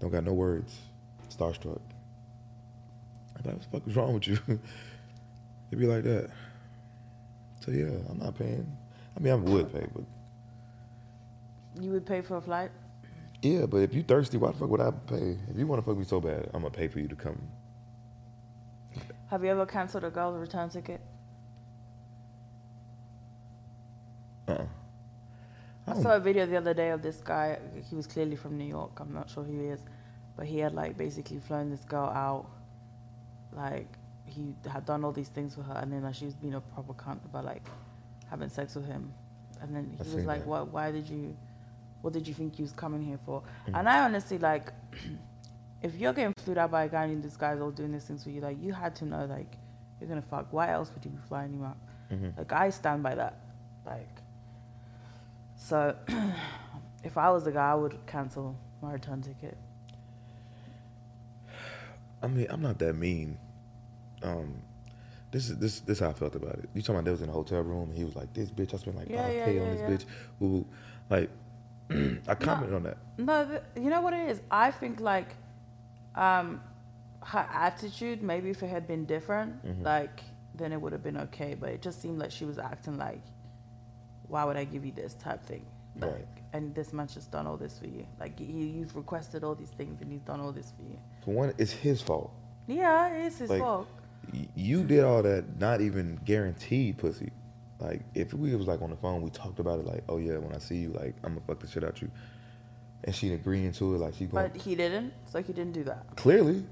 don't got no words. Starstruck. I'm like, what the fuck is wrong with you? they be like that. So yeah, I'm not paying. I mean, I would pay, but You would pay for a flight? yeah. But if you thirsty, why the fuck would I pay? If you want to fuck me so bad, I'm gonna pay for you to come. Have you ever cancelled a girl's return ticket? Uh-uh. I Oh. saw a video the other day of this guy. He was clearly from New York. I'm not sure who he is, but he had like basically flown this girl out. Like he had done all these things for her, and then like she was being a proper cunt about like having sex with him. And then he I was seen like, that. "What? Why did you? What did you think you was coming here for?" Hmm. And I honestly like, if you're getting flew out by a guy and this guy's all doing these things for you, like you had to know like you're gonna fuck. Why else would you be flying him out? Mm-hmm. Like I stand by that. Like so, if I was the guy, I would cancel my return ticket. I mean, I'm not that mean. Um, this is this this how I felt about it. You talking about they was in a hotel room and he was like, "This bitch, I spent like Yeah, five yeah, k yeah, on this yeah. bitch." Woo, woo. Like, I commented on that. No, th- you know what it is. I think like, um, her attitude maybe if it had been different, Mm-hmm. like then it would have been okay. But it just seemed like she was acting like, why would I give you this type thing? Like, Right. and this man's just done all this for you. Like you, you've requested all these things and he's done all this for you. For one, it's his fault. Yeah, it is his Like, fault. y- you did all that, not even guaranteed, pussy. Like, if we was like on the phone, we talked about it. Like, oh yeah, when I see you, like, I'm gonna fuck the shit out you. And she agreeing to it, like she going But he didn't, so he didn't do that. clearly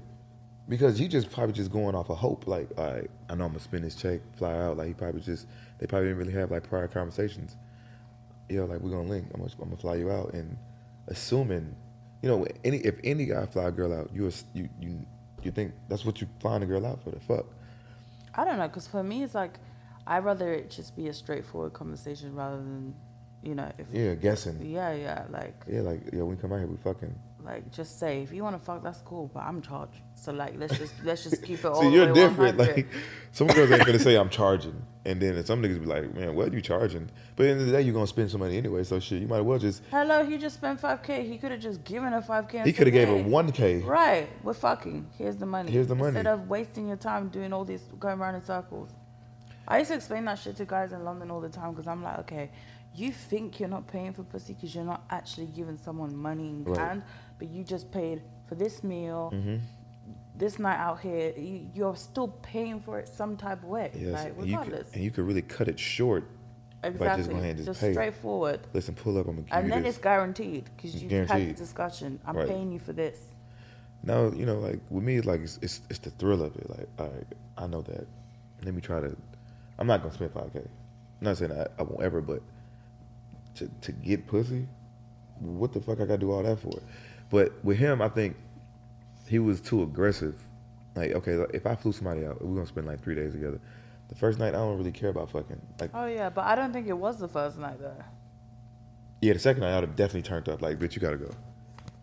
because you just probably just going off a hope like all right i know i'm gonna spend this check fly out like he probably just they probably didn't really have like prior conversations yeah like we're gonna link i'm gonna, I'm gonna fly you out and assuming you know any if any guy fly a girl out you ass- you you, you think that's what you flying a girl out for the fuck I don't know, because for me, it's like I'd rather it just be a straightforward conversation rather than, you know, if yeah guessing yeah, yeah, like yeah like yeah when we come out here we fucking like just say if you want to fuck, that's cool, but I'm charged. So like let's just let's just keep it all. See, you're the way different. 100. Like some girls ain't gonna say I'm charging, and then some niggas be like, "Man, what you charging?" But at the end of the day, you're gonna spend some money anyway, so shit, you might as well just hello, he just spent five k. He could have just given her five k. He could have gave her hey, one k. Right, we're fucking. Here's the money. Here's the money. Instead of wasting your time doing all this going around in circles. I used to explain that shit to guys in London all the time because I'm like, okay, you think you're not paying for pussy because you're not actually giving someone money in Right. Mm-hmm. hand, but you just paid for this meal, this night out here. You, you're still paying for it some type of way, Yes, like and, you could, regardless. and you could really cut it short. by just exactly, going ahead and just, just pay. straightforward. Listen, pull up. I'm gonna give And you then this. it's guaranteed because It's you had the guaranteed. discussion. I'm Right. paying you for this. now you know, like with me, like it's it's, it's the thrill of it. Like, all right, I know that. Let me try to. I'm not gonna spend five k. I'm not saying I, I won't ever, but to to get pussy, what the fuck I gotta do all that for? But with him, I think he was too aggressive. Like, okay, like, if I flew somebody out, we're gonna spend like three days together. The first night, I don't really care about fucking. Like, Oh yeah, but I don't think it was the first night though. yeah, the second night, I would have definitely turned up. Like, bitch, you gotta go.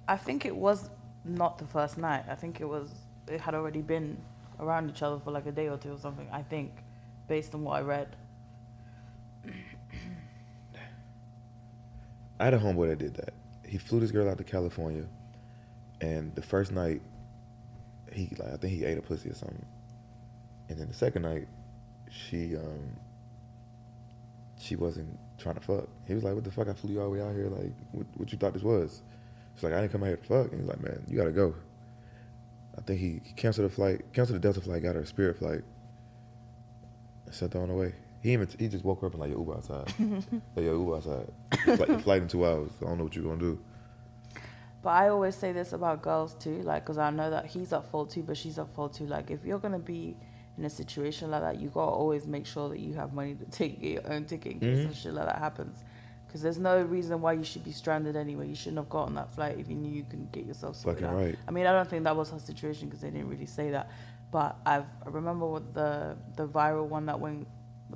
I think it was not the first night. I think it was it had already been around each other for like a day or two or something. I think, based on what I read. I had a homeboy that did that. He flew this girl out to California, and the first night, he like I think he ate a pussy or something, and then the second night, she um. She wasn't trying to fuck. He was like, "What the fuck? I flew you all the way out here. Like, what, what you thought this was?" She's like, "I didn't come out here to fuck." And he's like, "Man, you gotta go." I think he, he canceled the flight, canceled the Delta flight, got her a Spirit flight, and sent her on the way. He even he just woke her up and like, "Your Uber outside." like, "Your Uber outside." Your flight, your flight in two hours. I don't know what you're gonna do. But I always say this about girls too, like, because I know that he's at fault too, but she's at fault too. Like, if you're gonna be in a situation like that, you gotta always make sure that you have money to take your own ticket in case Mm-hmm. some shit like that happens. Because there's no reason why you should be stranded anyway. You shouldn't have got on that flight if you knew you couldn't get yourself sorted Fucking out. right. I mean, I don't think that was her situation because they didn't really say that. But I've, I remember what the the viral one that went,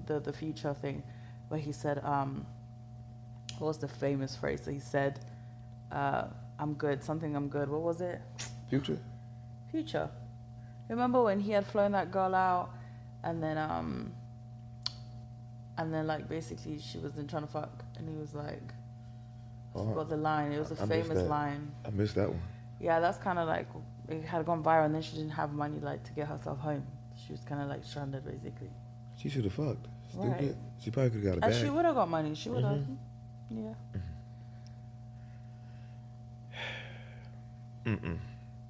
the the future thing, where he said, um, what was the famous phrase that he said? Uh, I'm good, something I'm good. What was it? Future. Future. Remember when he had flown that girl out and then um and then like basically she was then trying to fuck and he was like I Oh, forgot the line. It was a I missed famous that. line. I missed that one. Yeah, that's kinda like it had gone viral and then she didn't have money like to get herself home. She was kinda like stranded basically. She should have fucked. Stupid. Right. She probably could have got a And bag. Mm-hmm. she would have got money. She would have Yeah. Mm-hmm. Mm-mm.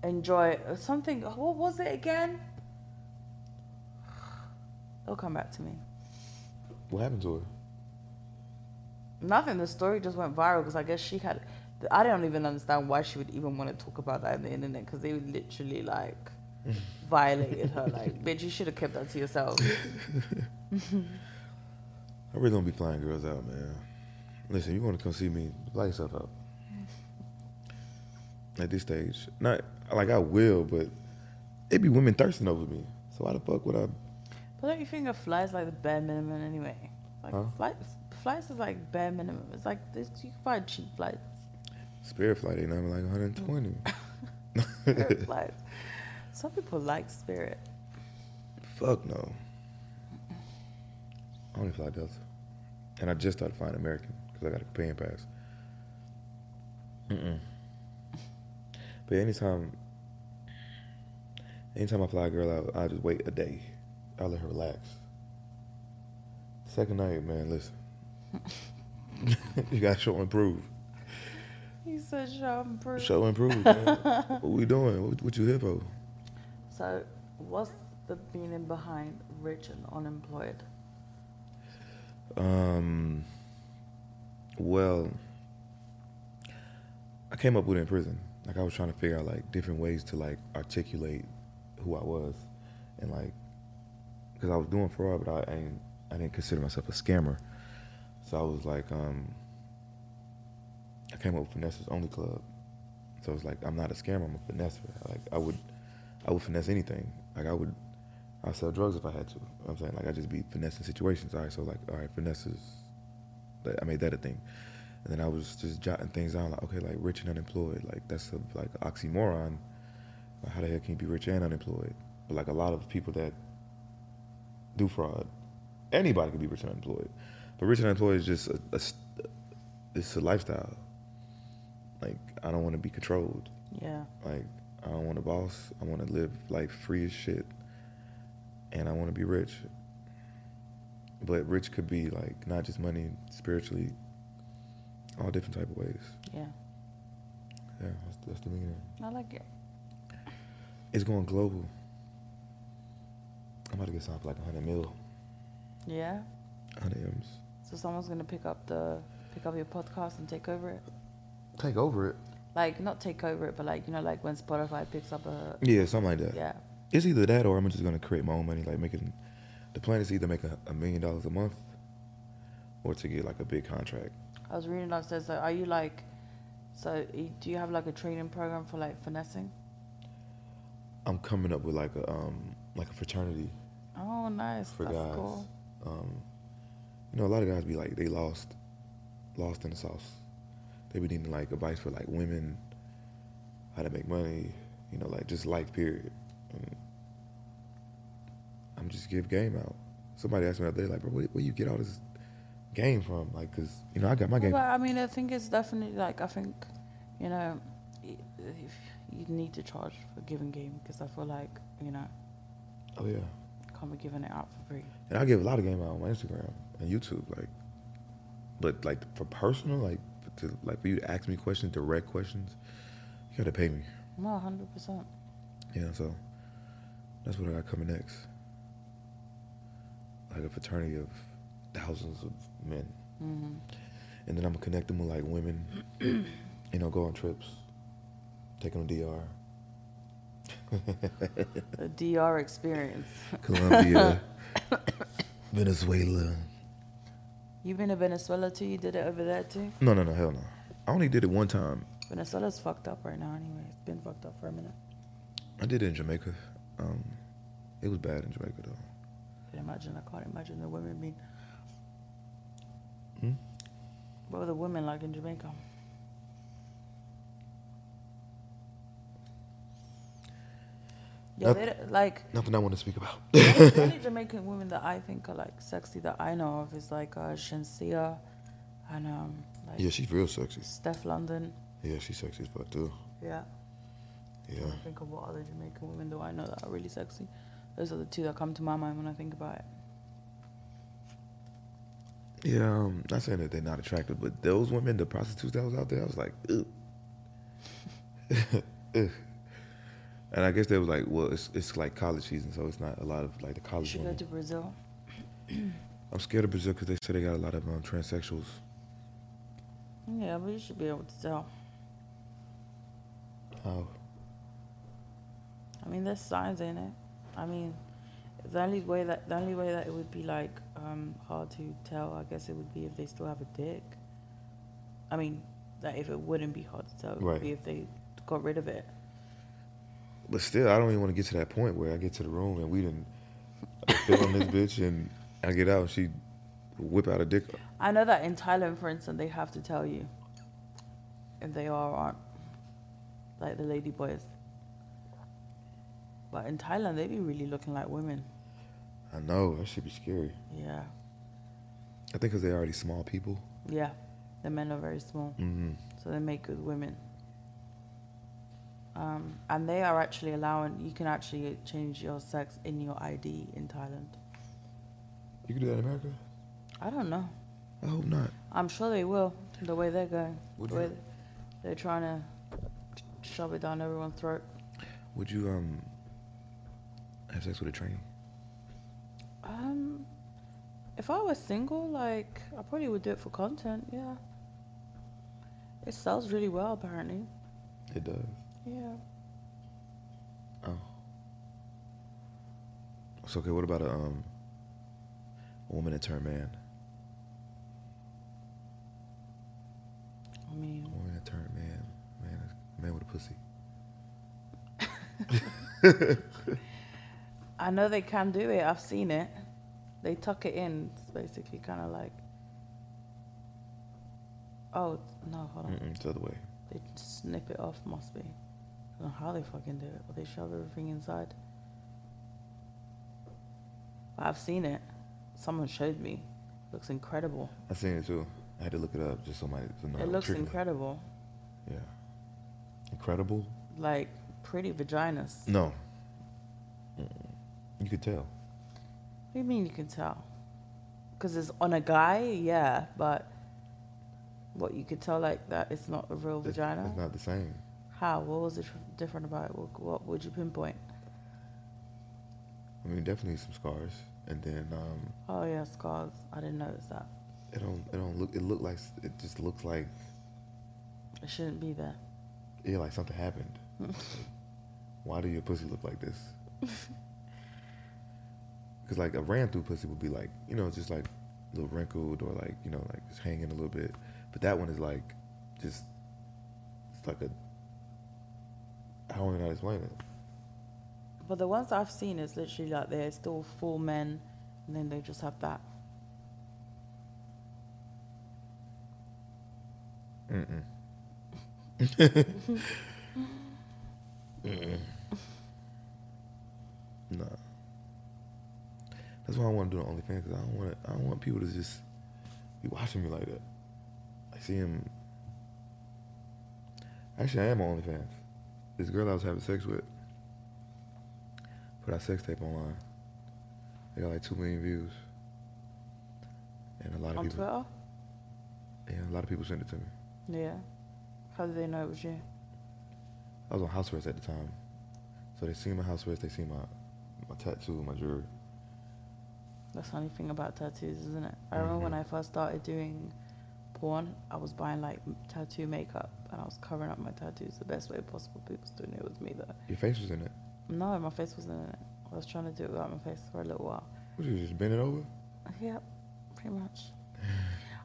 enjoy something. What was it again? It'll come back to me. What happened to her? Nothing. The story just went viral because I guess she had. I don't even understand why she would even want to talk about that on the internet because they literally like violated her. Like, bitch, you should have kept that to yourself. I really don't be flying girls out, man. Listen, you want to come see me? Fly yourself out. At this stage, not like I will, but it be women thirsting over me. So why the fuck would I? But don't you think a flies like the bare minimum anyway? Like Huh? flights, flights is like bare minimum. It's like this, you can find cheap flights, Spirit flight ain't nothing like 120. Spirit flights. Some people like Spirit. Fuck no. I only fly Delta, and I just started flying American because I got a companion pass. Mm-mm. But anytime, anytime I fly a girl out, I just wait a day. I let her relax. Second night, man, listen. you gotta show and improve. He said, "Sean, prove Show and improve, man. what we doing? What, what you here for? So, what's the meaning behind rich and unemployed? Um. Well, I came up with it in prison. Like I was trying to figure out like different ways to like articulate who I was, and like because I was doing fraud, but I, I ain't I didn't consider myself a scammer. So I was like, um, I came up with Finesse's Only Club. So it's like I'm not a scammer. I'm a finesser. Like I would, I would finesse anything. Like I would, I sell drugs if I had to. You know what I'm saying like I just be finessing situations. All right, so like all right, finesses. Like, I made that a thing, and then I was just jotting things down. Like okay, like rich and unemployed. Like that's a, like an oxymoron. Like, how the hell can you be rich and unemployed? But like a lot of people that do fraud, anybody can be rich and unemployed. But rich and unemployed is just a, a s- it's a lifestyle. Like I don't want to be controlled. Yeah. Like, I don't want a boss. I want to live life free as shit. And I want to be rich. But rich could be like not just money, spiritually, all different type of ways. Yeah. Yeah, that's, that's the meaning. I like it. It's going global. I'm about to get signed for like 100 mil, Yeah. 100 M's. So someone's gonna pick up the pick up your podcast and take over it. Take over it. Like not take over it, but like you know, like when Spotify picks up a Yeah, something like that. yeah. It's either that or I'm just gonna create my own money. Like making, the plan is either make a, a million dollars a month, or to get like a big contract. I was reading downstairs. So, are you like, so y- do you have like a training program for like finessing? I'm coming up with like a um like a fraternity Oh, nice. for That's guys. cool. Um, you know, a lot of guys be like they lost, lost in the sauce. They be needing like advice for like women, how to make money, you know, like just life period. And I'm just give game out. Somebody asked me the other day, like, bro, where, where you get all this game from? Like, cause you know, I got my game. Well, I mean, I think it's definitely like I think, you know, i- if you need to charge for giving game because I feel like you know Oh yeah, can't be giving it out for free. and I give a lot of game out on my Instagram and YouTube, like, but like for personal, like, to, like for you to ask me questions, direct questions, you gotta pay me. No, hundred percent. Yeah, so that's what I got coming next. Like a fraternity of thousands of men. And then I'm gonna connect them with like women, you know, go on trips, take them to DR, The DR experience. Colombia, Venezuela. You've been to Venezuela too. You did it over there too. No, no, no, hell no. I only did it one time. Venezuela's fucked up right now. Anyway, it's been fucked up for a minute. I did it in Jamaica. Um, it was bad in Jamaica though. can imagine. I can't imagine the women being. What were the women like in Jamaica? Yeah, Noth- they don't- like Nothing I want to speak about. the only Jamaican women that I think are like sexy that I know of is like uh, Shansia and um like yeah, she's real sexy. Steph London. Yeah, she's sexy as fuck too. Yeah. Yeah. I think of what other Jamaican women do I know that are really sexy. Those are the two that come to my mind when I think about it. Yeah, um, not saying that they're not attractive, but those women, the prostitutes that was out there, I was like, ugh. Ugh. and I guess they were like, well, it's, it's like college season, so it's not a lot of like the You college should go women. to Brazil. I'm scared of Brazil because they said they got a lot of um, transsexuals. Yeah, but you should be able to tell. Oh, I mean, there's signs in it. I mean, the only way that the only way that it would be like um, hard to tell, I guess, it would be if they still have a dick. I mean, that if it wouldn't be hard to tell, it Right. would be if they got rid of it. but still, I don't even want to get to that point where I get to the room and we didn't fill on this bitch, and I get out and she whip out a dick. I know that in Thailand, for instance, they have to tell you if they are or aren't, like the lady boys. But in Thailand, they be really looking like women. I know that should be scary. Yeah, I think because they're already small people. yeah. The men are very small. Mm-hmm. so they make good women. Um, and they are actually allowing you can actually change your sex in your ID in Thailand. You can do that in America? I don't know. I hope not. I'm sure they will. The way they're going, Would the way you- th- they're trying to shove it down everyone's throat. Would you um have sex with a train? Um, if I was single, like I probably would do it for content. Yeah. It sells really well, apparently. It does. Yeah. Oh. So okay, what about a um a woman that turned man? I mean, A woman that turned man. Man man with a pussy. I know they can do it. I've seen it. They tuck it in. It's basically kind of like. Oh no! Hold on. Mm-mm, it's the other way. They snip it off. Must be. I don't know how they fucking do it, but they shove everything inside. But I've seen it. Someone showed me. Looks incredible. I seen it too. I had to look it up just so my so no, it looks tricky. incredible. Yeah. Incredible? Like pretty vaginas. What No. Mm-mm. You could tell. do you mean you can tell? Because it's on a guy, yeah, but what you could tell like that, it's not a real It's- vagina. It's not the same. How? What was it different about it? What, what would you pinpoint? I mean, definitely some scars, and then um, Oh yeah, scars. I didn't notice that. it don't it don't look it look like it just looks like It shouldn't be there. Yeah, like something happened. Why do your pussy look like this? Because like a ran through pussy would be like, you know, just like a little wrinkled or like, you know, like it's hanging a little bit. But that one is like just, it's like a, I don't even know how to explain it. But the ones that I've seen is literally like they're still four men, and then they just have that. Nah. That's why I want to do the OnlyFans because I don't want I don't want people to just be watching me like that. I see him. Actually, I am on OnlyFans. This girl I was having sex with put our sex tape online. They got like two million views, and a lot of On people. Twitter? Yeah, a lot of people sent it to me. Yeah. How did they know it was you? I was on house arrest at the time, so they seen my house arrest. They seen my my tattoo, my jewelry. That's the funny thing about tattoos, isn't it? I remember when I first started doing porn, I was buying like m- tattoo makeup and I was covering up my tattoos the best way possible. People still knew it was me though. Your face was in it. No, my face wasn't in it. I was trying to do it without my face for a little while. What you just bend it over? Yeah, pretty much.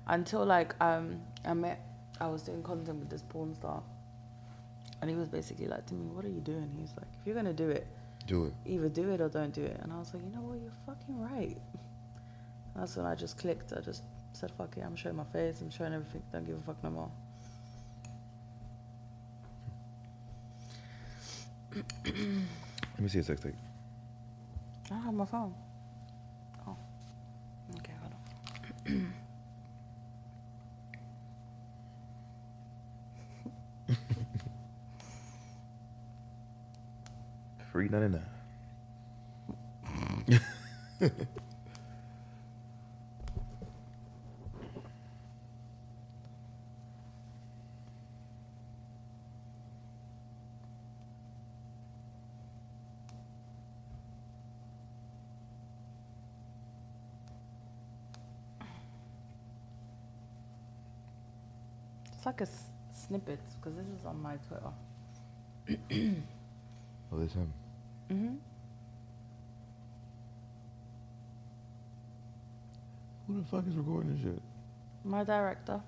Until like um, I met, I was doing content with this porn star, and he was basically like to me, "What are you doing?" He's like, "If you're gonna do it, Do it. either do it or don't do it." And I was like, "You know what? You're fucking right." And that's when I just clicked. I just said, "Fuck it! I'm showing my face. I'm showing everything. Don't give a fuck no more." Let me see a sex tape. I don't have my phone. Oh, okay, hold on. Three ninety nine. It's like a s- snippet because this is on my Twitter. Oh, this him. Mhm. Who the fuck is recording this shit? My director.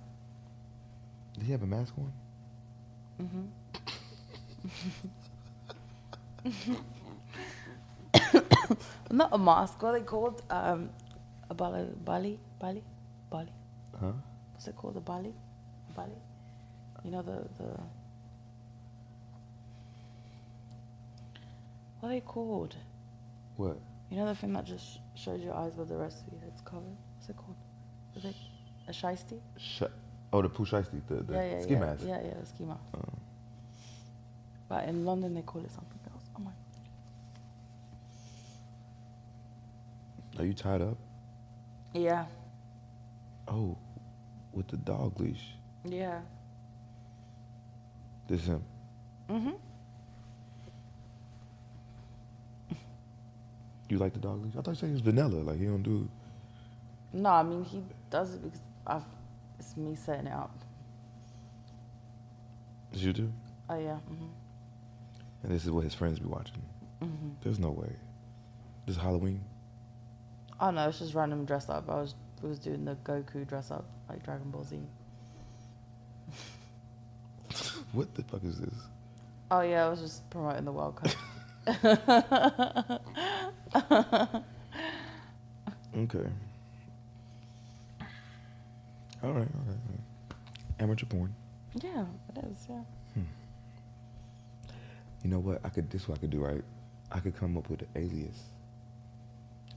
Did he have a mask on? Not a mask. What are they called? Um, a bali, bali, bali, bali. Huh? What's it called? A bali, bali. You know the the. What are they called? What? You know the thing that just shows your eyes but the rest of your head's covered. What's it called? Is it a shiesty? Shut. Oh, the push ice the, the yeah, yeah, ski yeah. mask. Yeah, yeah, the ski mask. Oh. But in London they call it something else. Oh my. Are you tied up? Yeah, Oh, with the dog leash. yeah. This is him. Mhm. You like the dog leash? I thought you said he was vanilla. Like he don't do. No, I mean he does it because I've. It's me setting it up. Did you do? Oh yeah. hmm And this is what his friends be watching. There's no way. This is Halloween. Oh no, it's just random dress up. I was I was doing the Goku dress up, like Dragon Ball Z. What the fuck is this? Oh yeah, I was just promoting the World Cup. Okay. All right. All right. all right. Amateur porn. yeah, it is. Yeah. You know what? I could. This is what I could do. Right. I could come up with an alias.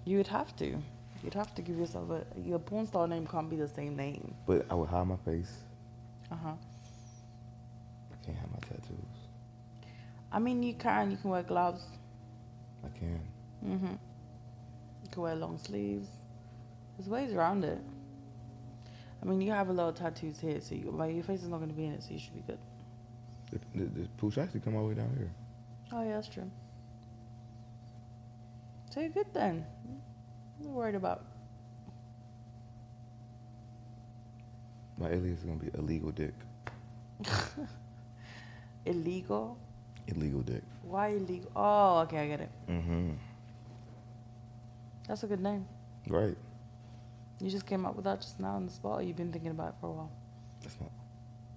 You would have to. You'd have to give yourself a your porn star name can't be the same name. But I would hide my face. Uh huh. I can't hide my tattoos. I mean, you can. You can wear gloves. Mm-hmm. I can. You can wear long sleeves. There's ways around it. I mean, you have a lot of tattoos here, so you, like, your face is not going to be in it, so you should be good. The, the, the pooch actually come all the way down here. Oh yeah, that's true. So you're good then. What are you worried about? My alias is gonna be illegal dick. Illegal? Illegal dick. Why illegal? Oh, okay, I get it. Mm-hmm. That's a good name. Right. You just came up with that just now on the spot. Or you've been thinking about it for a while. That's not.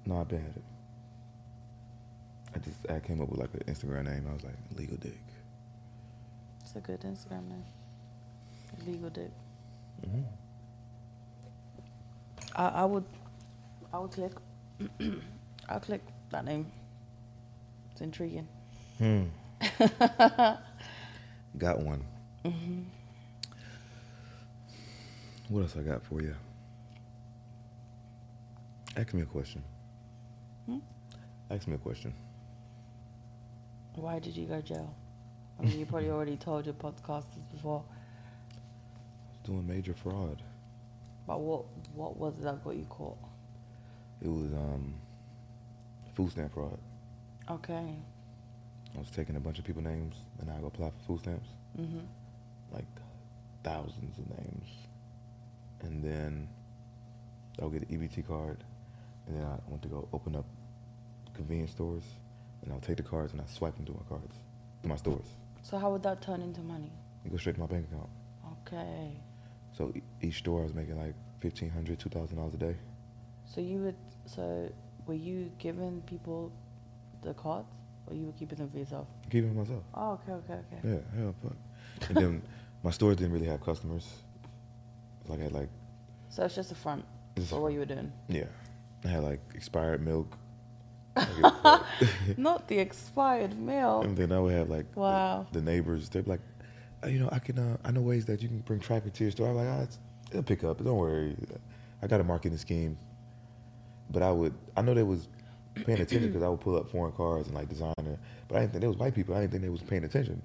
No, I've been at it. I just I came up with like an Instagram name. I was like illegal dick. a good Instagram name. Legal dick. I, I would, I would click. I'll click that name. It's intriguing. Got one. What else I got for you? Ask me a question. Ask me a question. Why did you go to jail? I mean, you probably already told your podcasters before, Doing major fraud. but what what was it that got you caught? It was um food stamp fraud. Okay. I was taking a bunch of people names and I go apply for food stamps. Mm-hmm. like thousands of names. And then I would get an EBT card. And then I went to go open up convenience stores. And I'll take the cards and I swipe them to my cards, to my stores. So how would that turn into money? It goes straight to my bank account. Okay. So e- each store I was making like $1,500, $2,000 a day. So you would so were you giving people the cards or you were keeping them for yourself? Keeping it myself. Oh, okay, okay, okay. Yeah, hell, fuck. and then my stores didn't really have customers. Like I had like, So it's just a front It's a for what you were doing. yeah, I had like expired milk. Not the expired milk. And then I would have like the- Wow. the, neighbors. They'd be like, "Uh, you know, I can. Uh, I know ways that you can bring traffic to your store. I'm like, ah, it's, it'll pick up. Don't worry. I got a marketing scheme. But I would. I know they was paying attention because I would pull up foreign cars and like designer. But I didn't think they was white people. I didn't think they was paying attention.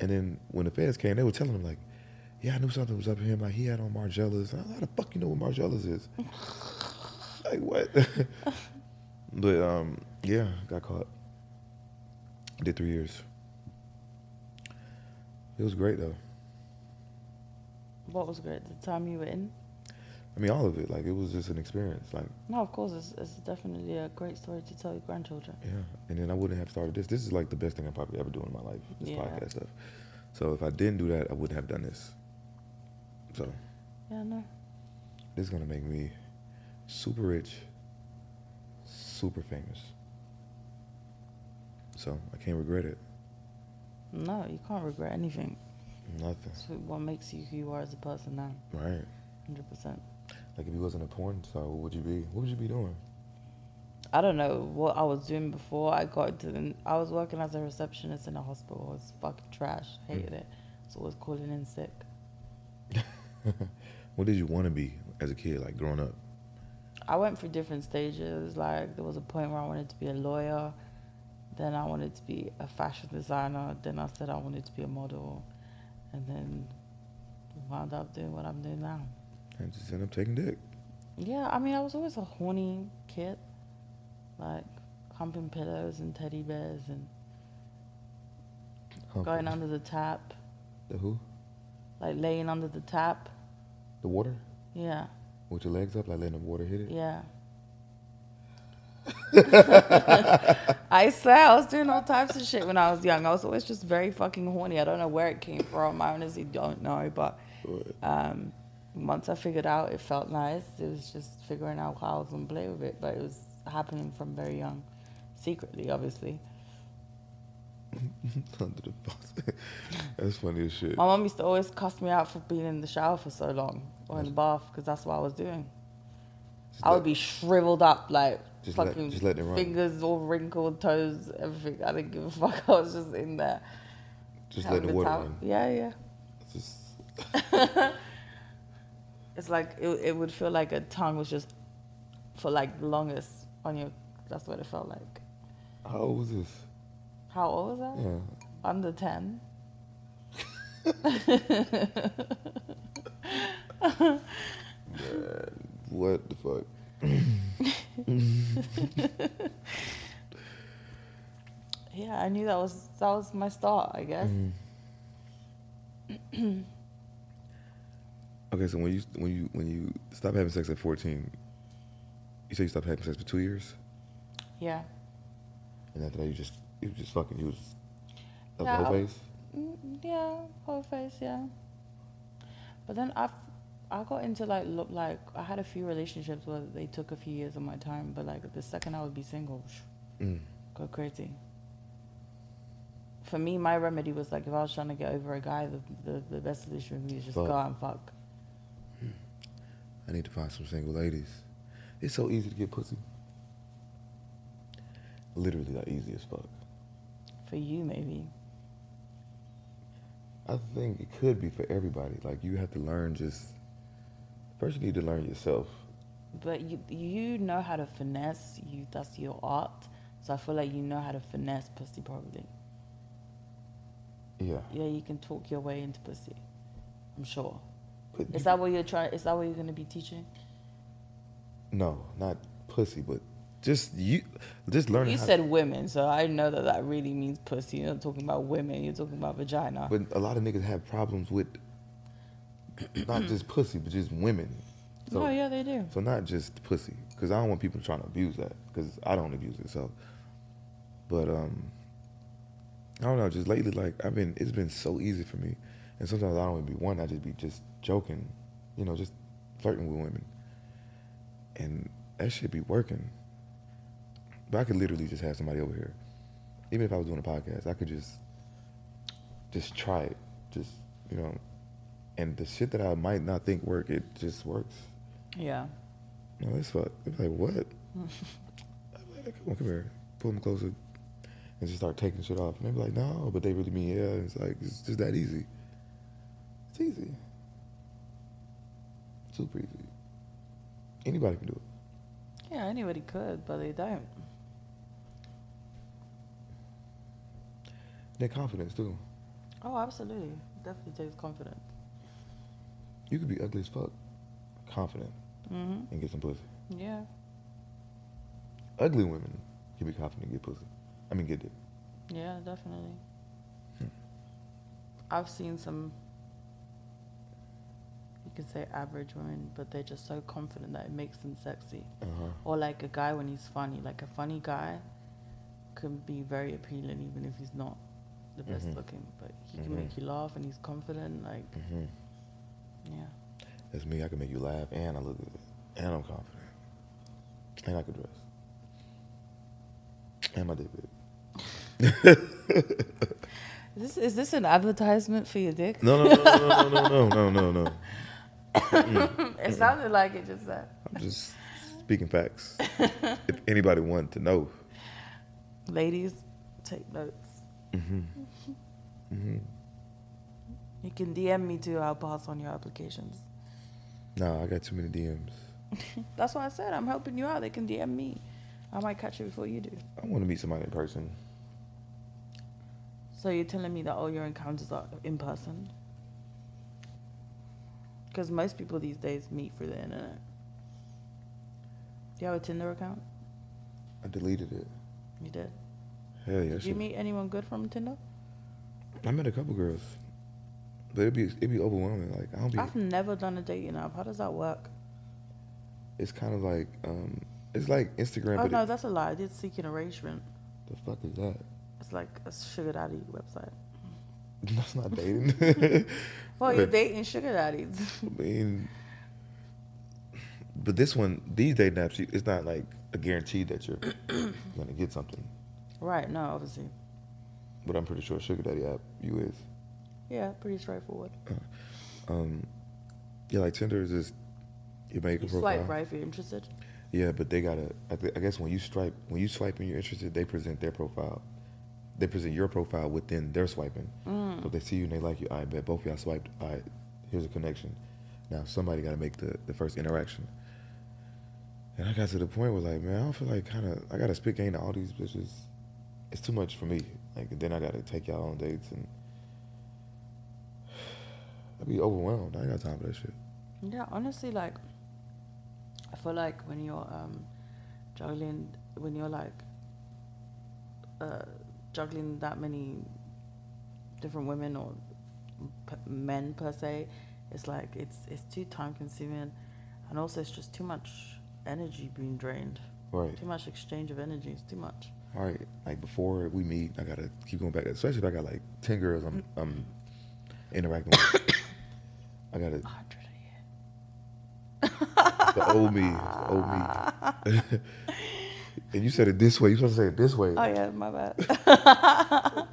And then when the feds came, they were telling him like, "Yeah, I knew something was up with him. Like he had on Margellas. And I was like, how the fuck you know what Margellas is? like what? but um, yeah, got caught. Did three years. It was great though. What was great? The time you were in? I mean, all of it. Like it was just an experience. Like No, of course, it's, it's definitely a great story to tell your grandchildren. yeah. And then I wouldn't have started this. This is like the best thing I probably ever do in my life. This Yeah. podcast stuff. So if I didn't do that, I wouldn't have done this. So Yeah, no. this is gonna make me super rich, super famous. So I can't regret it. No, you can't regret anything. Nothing. It's what makes you who you are as a person now, Right. 100%. Like if you wasn't a porn star, what would you be? What would you be doing? I don't know what I was doing before I got into the. I was working as a receptionist in a hospital. It was fucking trash. Hated it. Was always calling in sick. what did you want to be as a kid, like growing up? I went through different stages. Like there was a point where I wanted to be a lawyer, then I wanted to be a fashion designer. Then I said I wanted to be a model, and then wound up doing what I'm doing now. I just end up taking dick. Yeah, I mean I was always a horny kid, like humping pillows and teddy bears and going under the tap, The who? like laying under the tap. The water? Yeah, With your legs up, like letting the water hit it? yeah. I swear, I was doing all types of shit when I was young. I was always just very fucking horny. I don't know where it came from. I honestly don't know. But Right. um, once I figured out, it felt nice. It was just figuring out how I was gonna play with it. But it was happening from very young, secretly, obviously. under the bus. That's funny as shit. My mom used to always cuss me out for being in the shower for so long or in the bath because that's what I was doing. Just I let- would be shriveled up, like Just let- fucking just let it run. fingers all wrinkled, toes, everything. I didn't give a fuck. I was just in there. just having letting the water towel. run. Yeah, yeah. Just It's like it, it would feel like a tongue was just for like the longest on your. That's what it felt like. how old was this? How old was I? Yeah. Under ten. What the fuck? Yeah, I knew that was that was my start. I guess. Mm. Okay, so when you when you when you stop having sex at fourteen, you say you stopped having sex for two years, Yeah. and after that you just you was just fucking you was up Yeah, the I- whole face. Mm, yeah, whole face, yeah. But then I've I got into like look like I had a few relationships where they took a few years of my time, but like the second I would be single, psh, Mm. go crazy. for me, my remedy was like if I was trying to get over a guy, the the, the best solution would be to just Fuck. go out and fuck. I need to find some single ladies. It's so easy to get pussy. Literally, like easy as fuck. For you, maybe. I think it could be for everybody. Like you have to learn just. First, you need to learn yourself. But you you know how to finesse. You that's your art. So I feel like you know how to finesse pussy probably. Yeah. Yeah, you can talk your way into pussy. I'm sure. But Is you- that what you're trying? Is that what you're gonna be teaching? no, not pussy, but just you, just learning. You how- said women, so I know that that really means pussy. You're not talking about women. You're talking about vagina. But a lot of niggas have problems with not just pussy, but just women. So, oh yeah, they do. so not just pussy, because I don't want people trying to abuse that, because I don't abuse it. So, but um, I don't know. Just lately, like I've been, it's been so easy for me, and sometimes I don't even be one. I just be just joking, you know, just flirting with women, and that should be working. But I could literally just have somebody over here, even if I was doing a podcast. I could just, just try it, just you know, and the shit that I might not think work, it just works. Yeah. No, it's fuck. They'd be like, what? I'm like, come on, come here. Pull them closer and just start taking shit off. And they'd be like, no, but they really mean, yeah. And it's like, it's just that easy. It's easy. Super easy. Anybody can do it. Yeah, anybody could, but they don't. Their confidence, too. Oh, absolutely. Definitely takes confidence. You could be ugly as fuck, confident, Mm-hmm. and get some pussy. Yeah. Ugly women can be confident and get pussy. I mean, get dick. Yeah, definitely. I've seen some, you can say average women, but they're just so confident that it makes them sexy. Uh huh. Or like a guy when he's funny. Like a funny guy can be very appealing even if he's not the best Mhm. looking, but he Mhm. can make you laugh and he's confident. Like, Mm-hmm. yeah. That's me. I can make you laugh, and I look good, and I'm confident, and I can dress, and my dick big. Is this, is this an advertisement for your dick? no, no, no, no, no, no, no, no, no. it sounded like it just said. I'm just speaking facts. If anybody wanted to know, Ladies, take notes. Mm-hmm. You can DM me too. I'll pass on your applications. nah, I got too many DMs. That's why I said I'm helping you out. They can DM me. I might catch you before you do. I want to meet somebody in person. So you're telling me that all your encounters are in person? Because most people these days meet through the internet. Do you have a Tinder account? I deleted it. You did. Hell yeah. Did you shit. meet anyone good from Tinder? I met a couple girls, but it'd be it'd be overwhelming. Like I don't be. I've never done a dating app. How does that work? It's kind of like um, it's like Instagram. Oh but no, it, that's a lie. I did seek an arrangement. the fuck is that? It's like a sugar daddy website. That's not dating. Well, you're But- dating sugar daddies. I mean, but this one, these dating apps, you- it's not like a guarantee that you're gonna get something. right? No, obviously. But I'm pretty sure Sugar Daddy app you is. Yeah, pretty straightforward. Um, yeah, like Tinder is just you make You a profile. swipe right if you're interested. Yeah, but they gotta. I, thi- I guess when you swipe, when you swipe and you're interested, they present their profile. They present your profile within their swiping. So if they see you and they like you, I bet both of y'all swiped. All right, here's a connection. Now somebody gotta make the, the first interaction. And I got to the point where like, man, I don't feel like kind of. I gotta spit game to all these bitches. It's too much for me. Like then I gotta take y'all on dates and I'd be overwhelmed. I ain't got time for that shit. Yeah, honestly, like I feel like when you're um, juggling, when you're like uh, juggling that many different women or p- men per se, it's like it's it's too time consuming, and also it's just too much energy being drained. Right. Too much exchange of energy. It's too much. all right, like before we meet, I gotta keep going back. Especially if I got like ten girls I'm I'm interacting with. I gotta Hundred a year. the old me, the old me. and you said it this way. You supposed to say it this way. Oh yeah, my Oh, bad.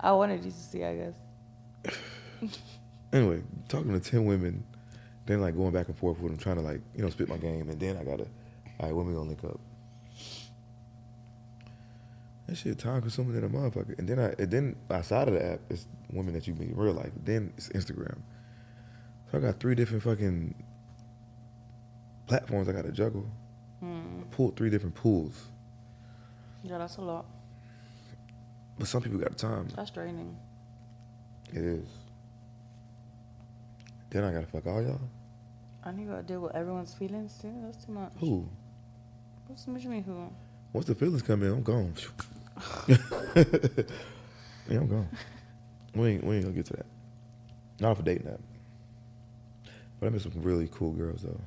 I wanted you to see, I guess. Anyway, talking to ten women, then like going back and forth with them, trying to like you know spit my game, and then I gotta, all right, when we gonna link up? That shit time consuming than a motherfucker. And then I, and then outside of the app, it's women that you meet in real life. Then it's Instagram. So I got three different fucking platforms I gotta juggle. Pull three different pools, Yeah, that's a lot. but some people got the time. That's draining. It is. Then I gotta fuck all y'all. And you gotta deal with everyone's feelings too. That's too much. Who? What's the matter with who? Once the feelings come in, I'm gone. yeah, I'm gone. We ain't, we ain't gonna get to that. Not for dating app. But I met some really cool girls though.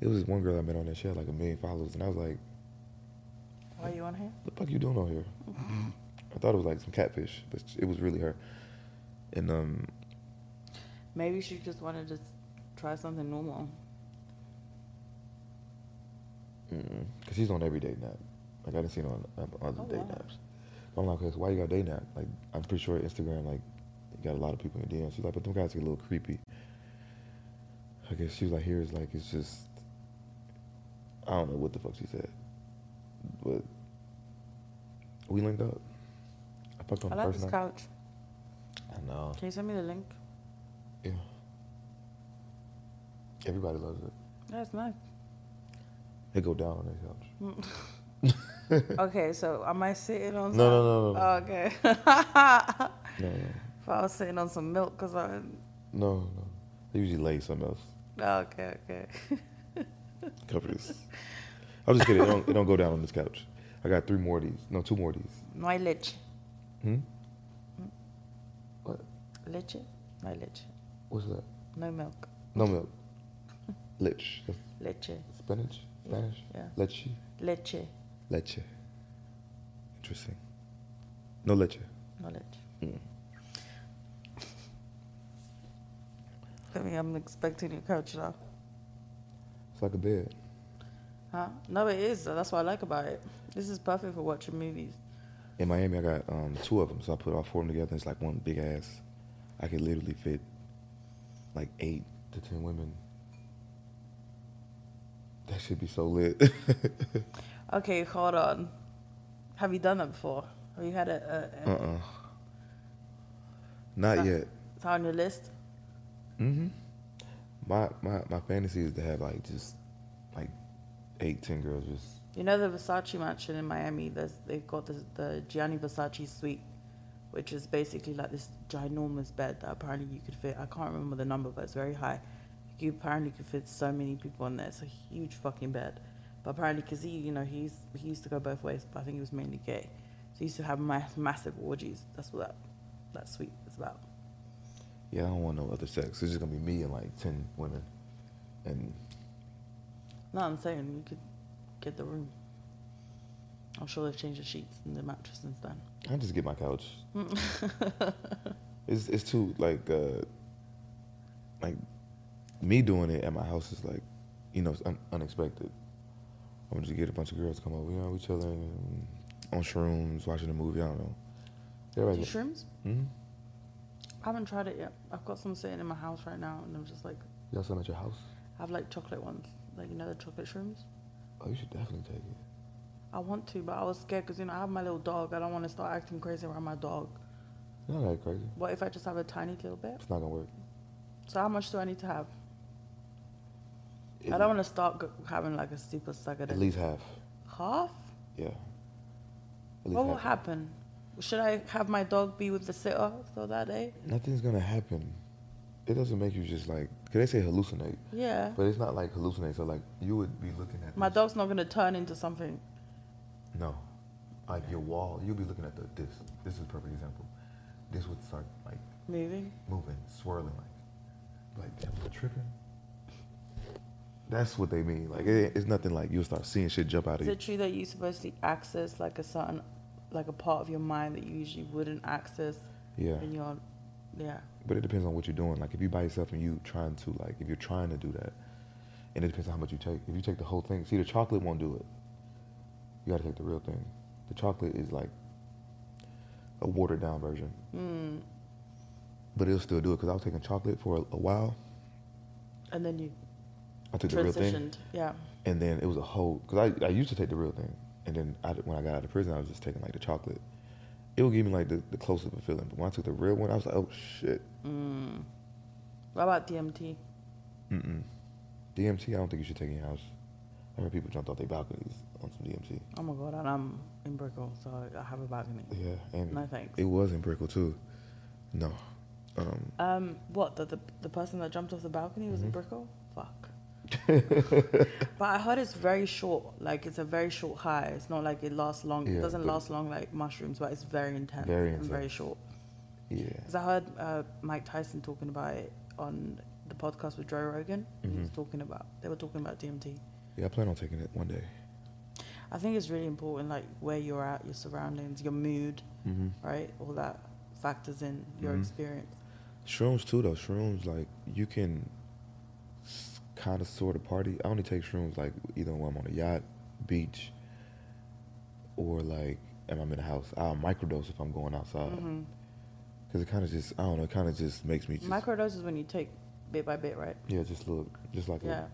It was this one girl I met on that. She had like a million followers, and I was like, Why you on here? "What the fuck you doing on here?" I thought it was like some catfish, but it was really her. And um, Maybe she just wanted to s- try something normal. mm cause she's on every dating app. Like I didn't see her on on other Oh, dating wow. apps. I'm like, "Cause why you got a dating app?" Like I'm pretty sure Instagram like you got a lot of people in your DMs. She's like, "But them guys get a little creepy." I guess she was like, "Here's like it's just I don't know what the fuck she said, but we linked up." I fucked on the I like first this night. couch. I know. Can you send me the link? Yeah. Everybody loves it. That's nice. They go down on their couch. Okay, so am I sitting No, on? some- no, no, no, Oh, okay. if No, no, I was sitting on some milk, cause I. no, no. They usually lay something else. Oh, okay, okay. cover this. I'm just kidding. It don't, it don't go down on this couch. I got three more of these. No, two more of these. My lich. Hmm? What? Lich. My lich. What's that? No milk. No milk. Lich. That's Leche. Spanish? Spanish? Yeah. Leche? Leche. Leche. Interesting. No leche. No leche. I mean, I'm expecting your couch now. It's like a bed. Huh? No, it is. though. That's what I like about it. This is perfect for watching movies. In Miami, I got um, two of them, so I put all four of them together. It's like one big ass. I could literally fit like eight to ten women. That should be so lit. Okay, hold on. Have you done that before? Have you had a, a, Uh a uh Not Huh. yet. it's on your list? My my my fantasy is to have like just like eight, ten girls just You know the Versace mansion in Miami. There's, they've got the, the Gianni Versace suite, which is basically like this ginormous bed that apparently you could fit. I can't remember the number, but it's very high. You apparently could fit so many people in there. It's a huge fucking bed. But apparently, because he, you know, he's he used to go both ways, but I think he was mainly gay. So he used to have mass, massive orgies. That's what that that suite is about. yeah, I don't want no other sex. It's just gonna be me and like ten women. And No, I'm saying you could get the room. I'm sure they've changed the sheets and the mattress since then. I just get my couch. it's it's too like uh like me doing it at my house is like, you know, it's un- unexpected. I'm just get a bunch of girls to come over, you know, we chilling on shrooms, watching a movie, I don't know. Do Everybody, shrooms? Mhm. Mm-hmm. I haven't tried it yet. I've got some sitting in my house right now, and I'm just like, y'all still at your house? I have like chocolate ones, like you know the chocolate shrooms. Oh, you should definitely take it. I want to, but I was scared because you know I have my little dog. I don't want to start acting crazy around my dog. You're not that crazy. What if I just have a tiny little bit? It's not gonna work. So how much do I need to have? I don't want to start g- having like a super sucker. At least half. half. Yeah. At least What will half. happen? Should I have my dog be with the sitter for that day? Nothing's gonna happen. It doesn't make you just like. Cause they say hallucinate, Yeah. but it's not like hallucinate. So like you would be looking at My this- dog's not gonna turn into something. No, like your wall. You'll be looking at the this. This is a perfect example. This would start like Moving. moving, swirling, like like damn, am I tripping? That's what they mean. Like it, it's nothing like you'll start seeing shit jump out of Is you. it true that you supposedly access like a certain, like a part of your mind that you usually wouldn't access Yeah. in your, yeah. But it depends on what you're doing. Like if you by yourself and you trying to like if you're trying to do that, and it depends on how much you take. If you take the whole thing, see the chocolate won't do it. You gotta take the real thing. The chocolate is like a watered down version. But it'll still do it because I was taking chocolate for a, a while. And then you I took the real thing, transitioned. Yeah. and then it was a whole because I, I used to take the real thing, and then I, when I got out of prison, I was just taking like the chocolate. It would give me like the, the closest of a feeling, but when I took the real one, I was like, oh shit. What about DMT? DMT, I don't think you should take in your house. I heard people jumped off their balconies on some DMT. Oh my god, and I'm in Brickell, so I have a balcony. Yeah, and No, thanks. it was in Brickell too. No, um, Um, what the, the the person that jumped off the balcony was in Mm-hmm. Brickell? Fuck. but I heard it's very short. Like it's a very short high. It's not like it lasts long. Yeah, it doesn't but- last long like mushrooms, but it's very intense Very and very intense. short. yeah, Because I heard uh, Mike Tyson talking about it on the podcast with Joe Rogan. He was talking about they were talking about DMT. yeah. I plan on taking it one day. I think it's really important, like where you're at, your surroundings, your mood, right? All that factors in your experience. Shrooms too, though. Shrooms, like you can kind of sort of party. I only take shrooms like either when I'm on a yacht, beach, or like and I'm in a house. I'll microdose if I'm going outside. Cause it kind of just, I don't know, it kind of just makes me just, Mm-hmm. Microdose is when you take bit by bit, right? yeah, just look, just like Yeah.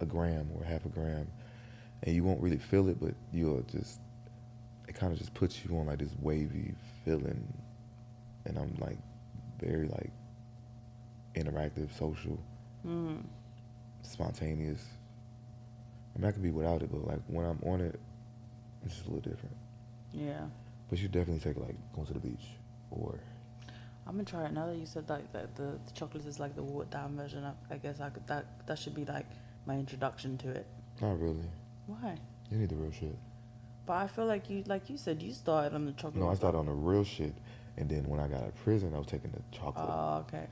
a, a gram or half a gram, and you won't really feel it, but you'll just, it kind of just puts you on like this wavy feeling, and I'm like very like interactive, social, spontaneous. I mean, I could be without it, but like when I'm on it, it's just a little different. Yeah. But you definitely take like going to the beach or I'm gonna try it now that you said like that the, the chocolate is like the watered down version. I, I guess I could that that should be like my introduction to it. not really. Why? You need the real shit. But I feel like you like you said you started on the chocolate. No, I as started well. on the real shit, and then when I got out of prison, I was taking the chocolate. Oh, okay.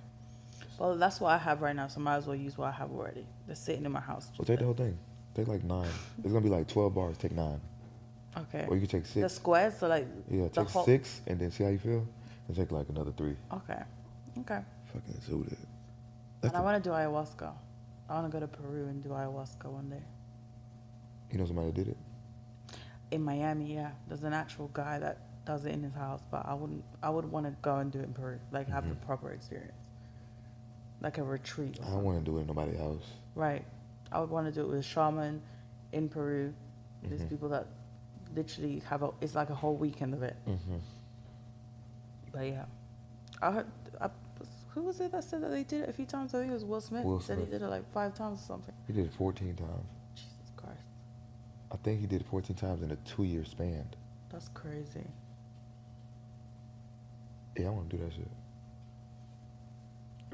Well, that's what I have right now, so might as well use what I have already. That's sitting in my house. Well, take the whole thing. Take like nine. It's gonna be like twelve bars. Take nine, Okay. or you can take the six. squares, so like yeah, the take whole. six, and then see how you feel, and take like another three. Okay. Okay. Fucking zooted. And That's I a- want to do ayahuasca. I want to go to Peru and do ayahuasca one day. You know somebody did it. In Miami, yeah, there's an actual guy that does it in his house, but I wouldn't. I would want to go and do it in Peru, like have Mm-hmm. the proper experience, like a I retreat. Or don't something. want to do it in nobody's house. Right. I would want to do it with a shaman in Peru. There's Mm-hmm. people that literally have a. It's like a whole weekend of it. But yeah, I heard. I, who was it that said that they did it a few times? I think it was Will Smith. Will He said he Smith. did it like five times or something. He did it fourteen times. Jesus Christ, I think he did it fourteen times in a two-year span. that's crazy. Yeah, I want to do that shit.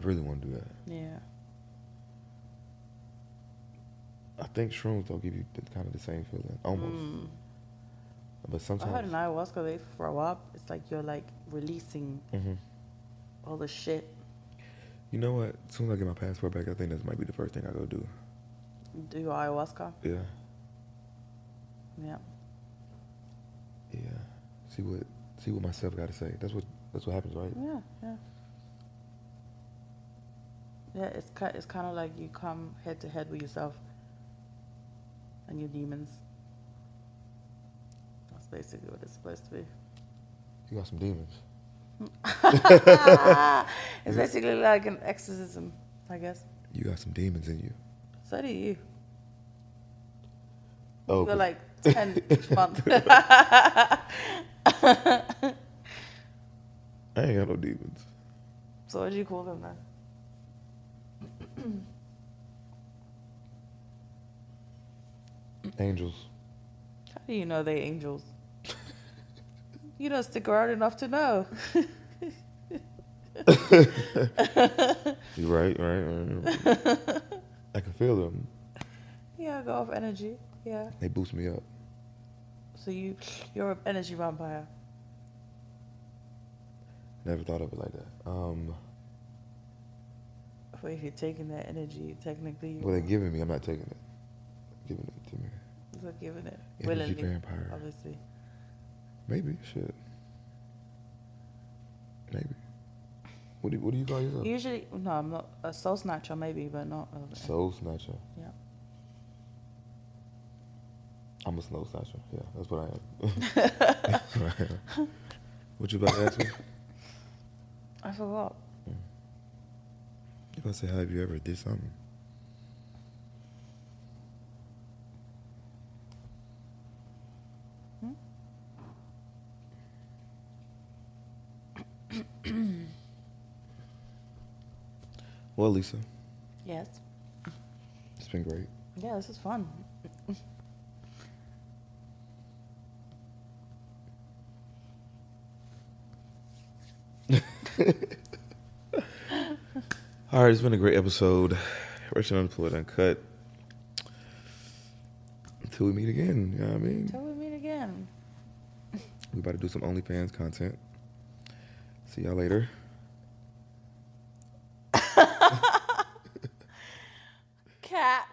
I really want to do that. Yeah. I think shrooms don't give you the, kind of the same feeling, almost. But Mm. I sometimes heard in ayahuasca they throw up. It's like you're like releasing Mm-hmm. all the shit. You know what? As soon as I get my passport back, I think this might be the first thing I go do. Do ayahuasca. Yeah. Yeah. Yeah. See what see what myself gotta say. That's what that's what happens, right? Yeah, yeah. Yeah, it's ki- it's kind of like you come head to head with yourself and your demons. That's basically what it's supposed to be. You got some demons. It's basically like an exorcism, I guess. You got some demons in you. So do you. Oh, You're 'cause- like 10 each month. I ain't got no demons. so what do you call them then? Angels. How do you know they angels? you don't stick around enough to know. You right, right, right. I can feel them. yeah, go off energy. Yeah. They boost me up. So you you're an energy vampire. Never thought of it like that. Um But if you're taking that energy, technically well you're they're giving me, I'm not taking it. Giving it to me. not giving it Energy willingly, vampire. obviously. Maybe. Shit. Maybe. What do you, what do you call yourself? Usually, no, I'm not a soul snatcher, maybe, but not. A, Soul snatcher. Yeah. I'm a snow snatcher. Yeah, that's what I am. What you about to ask me? I forgot. You gonna say, have you ever did something? well, Lisa, Yes. it's been great. Yeah, this is fun. All right, it's been a great episode. Russian Unemployed Uncut. Until we meet again, you know what I mean? Till we meet again. We about to do some OnlyFans content. See y'all later. Cap.